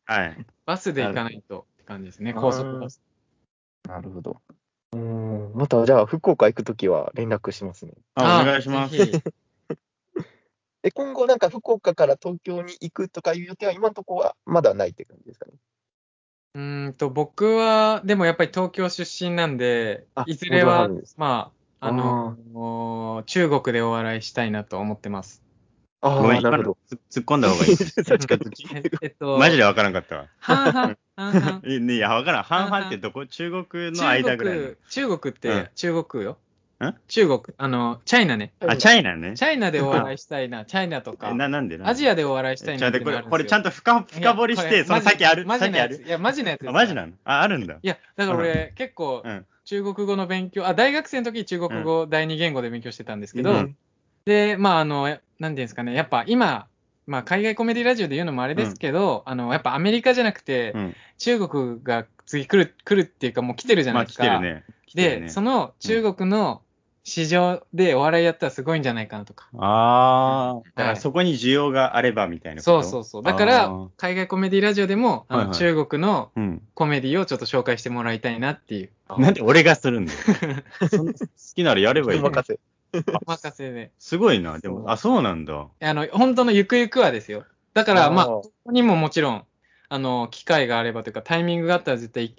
A: あ、
C: れ。はい。
B: バスで行かないとって感じですね、
A: あー
B: 高速バス。
A: なるほど。うーん、またじゃあ福岡行くときは連絡しますね。
C: あ、
B: ー
C: お願いします。
B: ぜひ
A: え、今後なんか福岡から東京に行くとかいう予定は今のところはまだないって感じですかね。
B: うーんと、僕は、でもやっぱり東京出身なんで
A: あ、
B: いずれは
A: 戻らはるんです、
B: まあ、あの、もう中国でお笑いしたいなと思ってます。
A: あ
C: ごめん、
A: あ、な
C: 今
A: るほ
C: の
A: ど。
C: つ突っ込んだ方が いい。
A: 確かに。
B: ええっと、
C: マジでわからんかったわ。
B: 半々、半々。
C: いいや、わからん。半々ってどこ中国の間ぐらいの
B: 中国、中国っ
C: うん
B: て、中国よ
C: ん。
B: 中国、あの、チャイナね。
C: あ、チャイナね。
B: チャイナでお笑いしたいな、チャイナとか
C: え、な、なんでなんで
B: アジアでお笑いしたい
C: ち
B: な
C: ょ
B: っ
C: ってと
B: いうの
C: こ
B: が
C: れ、
B: あるん
C: これちゃん
B: と
C: と深深掘りして、その先ある、
B: マジ
C: 先
B: な
C: あ
B: やつ。
C: る。
B: いや、マジなやつです
C: あ、
B: から。
C: マジなのあ、あるんだ。
B: いや、だから俺、結構
C: うん、
B: 中国語の勉強、あ、大学生の時、中国語第二言語で勉強してたんですけ
C: う
B: ど
C: ん、
B: で、まあ、あの、やなんていうんですかね、やっぱ今、まあ、海外コメディラジオで言うのもあれですけど、あの、やっぱアメリカじゃなくて
C: う、ん。
B: 中国が次来る、来るっていうか、もう来てるじゃな
C: まあ、
B: いで
C: 来
B: すか。
C: てるね。来てるね
B: で、その中国の市場でお笑いやったらすごいんじゃないかなとか。
C: ああ、だか
B: は
C: ら
B: い
C: そこに需要があればみたいなこ
B: そ
C: と
B: うそうそう。だから
C: あー、
B: 海外コメディラジオでも、あの
C: はいはい
B: 中国の
C: うん。
B: コメディをちょっと紹介してもらいたいなっていう。
C: なんで俺が するんだよ。そん好きならやればいい、ね。
A: 任せ。
B: お任せで。
C: すごいな。でも、あ、そうなんだ。
B: あの、本当のゆくゆくはですよ。だから、
A: あー
B: まあ、ここにももちろん、あの、機会があればというか、タイミングがあったら絶対、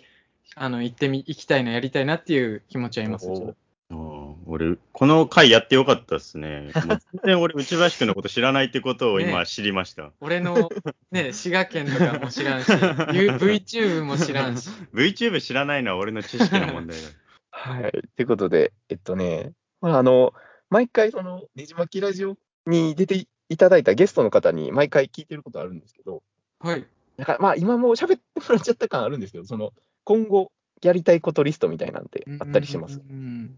B: あの、行ってみ、行きたいな、やりたいなっていう気持ちはあります。
A: おー
C: あー俺、この回やってよかったですね。もう全然俺、内林君のこと知らないっ てことを今知りました。
B: 俺の、 ね、滋賀県とかも知らんし、ゆ VTube も知らんし。
C: VTube 知らないのは俺の知識の問題 だ。
A: はい。ということで、えっとね、まあ、あの、毎回、その、ねじまきラジオに出ていただいたゲストの方に、毎回聞いてることあるんですけど、
B: はい。
A: だから、まあ、今もう喋ってもらっちゃった感あるんですけど、その、今後、やりたいことリストみたいなんてあったりします。
B: うん。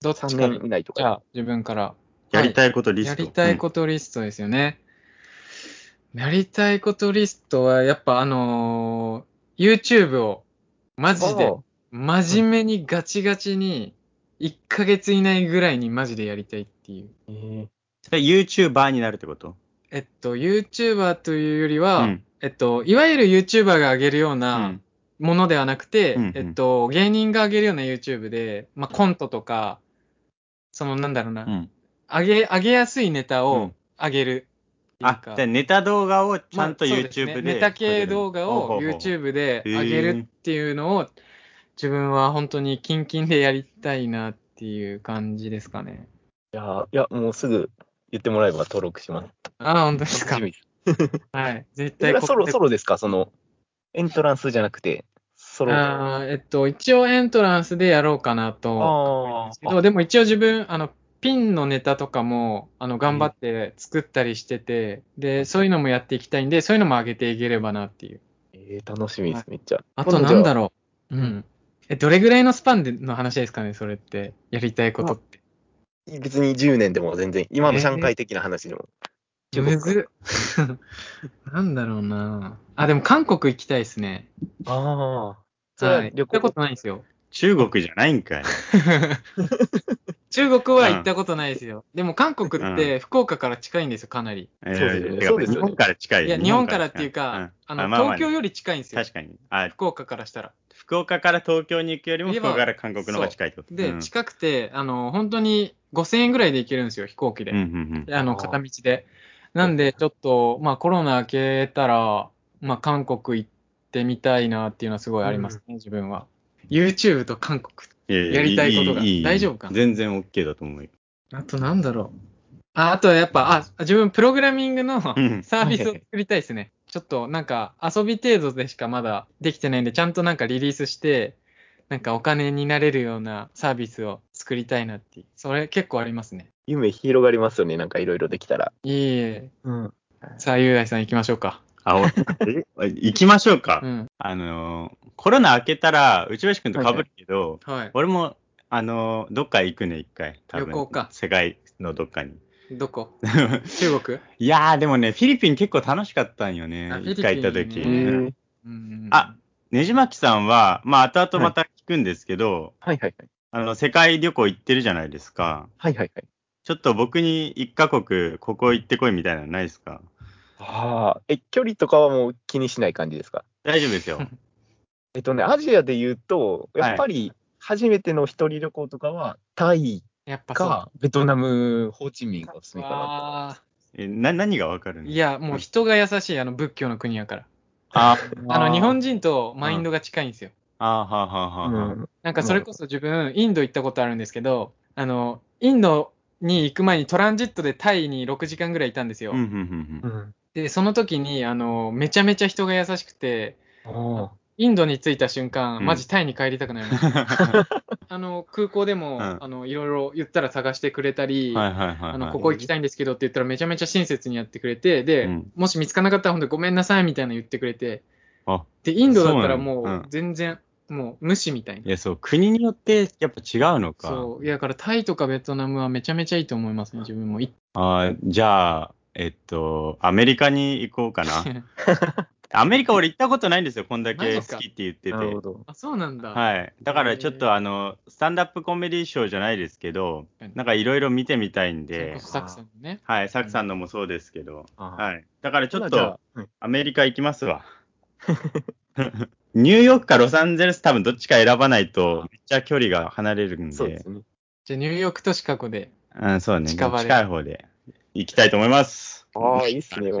B: どっち
A: 3
B: か
A: 年以内と
B: じ
A: か。
B: ゃあ、自分から。
C: やりたいことリス
B: や
C: ト。
B: りたいことリストですよね。やりたいことリストは、やっぱあのー YouTube を、マジで、
A: お
B: 真面目にガチガチに、1ヶ月以内ぐらいにマジでやりたいっていう。
A: ーえ
C: それ YouTuber になるってこと
B: えっと、YouTuber というよりは、
C: うん
B: えっと、いわゆる YouTuber が上げるようなものではなくて、
C: うんうん
B: えっと、芸人が上げるような YouTube で、まあ、コントとか、その、なんだろうな、
C: うん
B: 上げ、上げやすいネタ
C: うん
B: を上げるっていう
C: あ、
B: か。
C: じゃあネタ動画をちゃんと
B: まあそうです
C: YouTube
B: ね
C: で。
B: ネタ系動画を YouTube で上げるっていうのを、自分は本当にキンキンでやりたいなっていう感じですかね。
A: じゃあ、いや、もうすぐ言ってもらえば登録します。
B: あ、本当ですか。
A: 楽しみ
B: はい。絶
A: それ
B: 対
A: はソロ、
B: で
A: ソロですかその、エントランスじゃなくて、ソロ。あ
B: あーえっと、一応エントランスでやろうかな
A: あ
B: と。けどでも一応自分、あの、ピンのネタとかも、あの、頑張って作ったりしてて、で、そういうのもやっていきたいんで、そういうのも上げていければなっていう。
A: えー楽しみです、めっちゃ。
B: あとなんだ
A: ろ
B: ろう。うん。え、どれぐらいのスパンでの話ですかね、それって。やりたいことって。
A: う。別に10年でも全然、今の3回的な話でも。中国
B: むず っ。なんだろうなあ、でも韓国行きたいですね。
A: ああ。それは
B: はい。
A: 旅
B: 行ったこ
A: 行
B: とないんです よ。
C: 中国じゃない んかい。
B: 中国は行ったことないですよ。でも韓国って福岡から近いんですよ、かなり。
C: そう
A: すよねそうですよね
C: 日本から近い。
B: いや、日本からっていうか、あ
C: うん
B: の、
C: まま
B: 東京より近いんですよ。
C: 確かに。あ、
B: 福岡からしたら。
C: 福岡から東京に行くよりも
B: 言え
C: 福
B: ば
C: 岡から韓国の方が近いってこと。
B: で、
C: うん
B: 近くて、あの、本当に5000円ぐらいで行けるんですよ、飛行機で。
C: うんうん
B: あ
A: あ
B: の、
A: ー
B: 片道で。なんで、ちょっと、まあ、コロナ明けたら、まあ、韓国行ってみたいなっていうのはすごいありますね、自分は。YouTube と韓国。
C: うんや
B: やりたいことが大丈夫かな
C: 全然 OK だと思うよ。
B: あと、なんだろう。あ、あとはやっぱ、あ、自分、プログラミングのサ
C: うん
B: ービスを作りたいですね。ちょっと、なんか、遊び程度でしかまだできてないんで、ちゃんとなんかリリースして、なんかお金になれるようなサービスを作りたいなっていう。それ結構ありますね。
A: 夢広がりますよね、なんかいろいろできたら。
B: いえいえ。
A: うん。
B: さあ、雄大さん行きましょうか。
C: あ、おえ行きましょうか
B: う。ん。
C: あのー、コロナ明けたら、内橋君と被るけど、
B: はい。
C: 俺も、あのー、どっか行くね、一回。多分
B: 旅行か
C: 世界のどっかに。
B: どこ 中国
C: いやー、でもね、フィリピン結構楽しかったんよ
B: あ
C: ね。
B: フィリピ
C: 一
B: ンね
C: 回行った時。
B: へ
A: え
B: ー
C: うん
B: あ
C: あ、ねじまきさんは、まあ、後々また聞くんですけど、
A: はいはいはい。
C: あの、世界旅行行ってるじゃないですか。
A: はいはいはい。
C: ちょっと僕に一カ国、ここ行ってこいみたいなのないですか
A: ああ。え、距離とかはもう気にしない感じですか
C: 大丈夫ですよ。
A: えっとね、アジアで言うと、やっぱり初めての一人旅行とかは、タイ
B: やっぱそう。
A: かベトナム、ホーチミンがおすすめかな
B: あ
C: えな、何がわかる
B: ー
C: の
B: いや、もう人が優しい、あの仏教の国やから。
C: あ
B: あの、日本
C: 人。
B: 人とマインドが近いんですよ。
C: あーはあはあは
A: と。
C: あはあ。
A: ん。
B: なんかそれこそ自分、インド行ったことあるんですけど、あの、インドに行く前にトランジットでタイに6時間ぐらいいたんですよ。
C: うんうんうんうん
A: ん。
B: で、その時に、あの、めちゃめちゃ人が優しくて、
A: おー
B: インドに着いた瞬間、
C: うん
B: マジタイに帰りたくなりました。 あの、空港でも、
C: うん
B: あの、いろいろ言ったら探してくれたり、
C: はいはいはいはい。
B: あの、ここ行きたいんですけどって言ったらめちゃめちゃ親切にやってくれて、で、
C: うん
B: もし見つからなかったら本当にごめんなさいみたいなの言ってくれて、
C: あ
B: で、インドだったら
C: そうなの
B: も
C: う
B: うん全然、もう無視みたい
C: い
B: な。
C: や、そう、国によってやっぱ違うのか。
B: そう。いや、だからタイとかベトナムはめちゃめちゃいいと思いますね、自分も。い
C: あーじゃあ、えっと、アメリカに行こう かな。アメリカ俺行ったことないんですよ、こんだ
B: マジっ
C: け好
B: すか
C: きって言ってて
A: な。るほど。
B: あ、そうなんだ。
C: はい。だからちょっ
B: へ
C: とあの、スタンダップコメディショーじゃないですけど
B: 確か、に
C: なんかいろいろ見てみたいん
B: それこ
C: で
B: そ、サクさんもね。
C: はい、サクさんのもそうですけど、
A: は
C: はい。だからちょっ
A: じゃあ
C: と、アメリカ行きますわ。 ニューヨークかロサンゼルス多分どっちか選ばないと、めっちゃ距離が離れるんで、
A: そうですね。
B: じゃあニューヨークとシカゴで。
C: うん、そうね、
B: 近場で
C: 近い方で行きたいと思います。
A: ああ、いいっすね。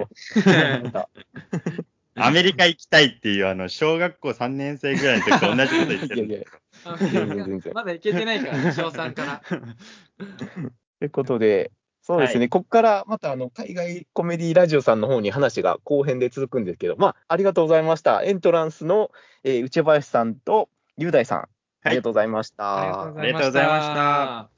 C: アメリカ行きたいっていう、あの、小学校3年生ぐらいの時と同じこと言 ってるんですよ。
A: 全然
B: まだ行けてない から、翔さんから。
A: ということで、そうですね、ここからまたあの海外コメディラジオさんの方に話が後編で続くんですけど、まあ、ありがとうございました。エントランスの、えー内林さんと雄大さん、ありがとうございました。
B: ありがとうご。
C: ありがとうございました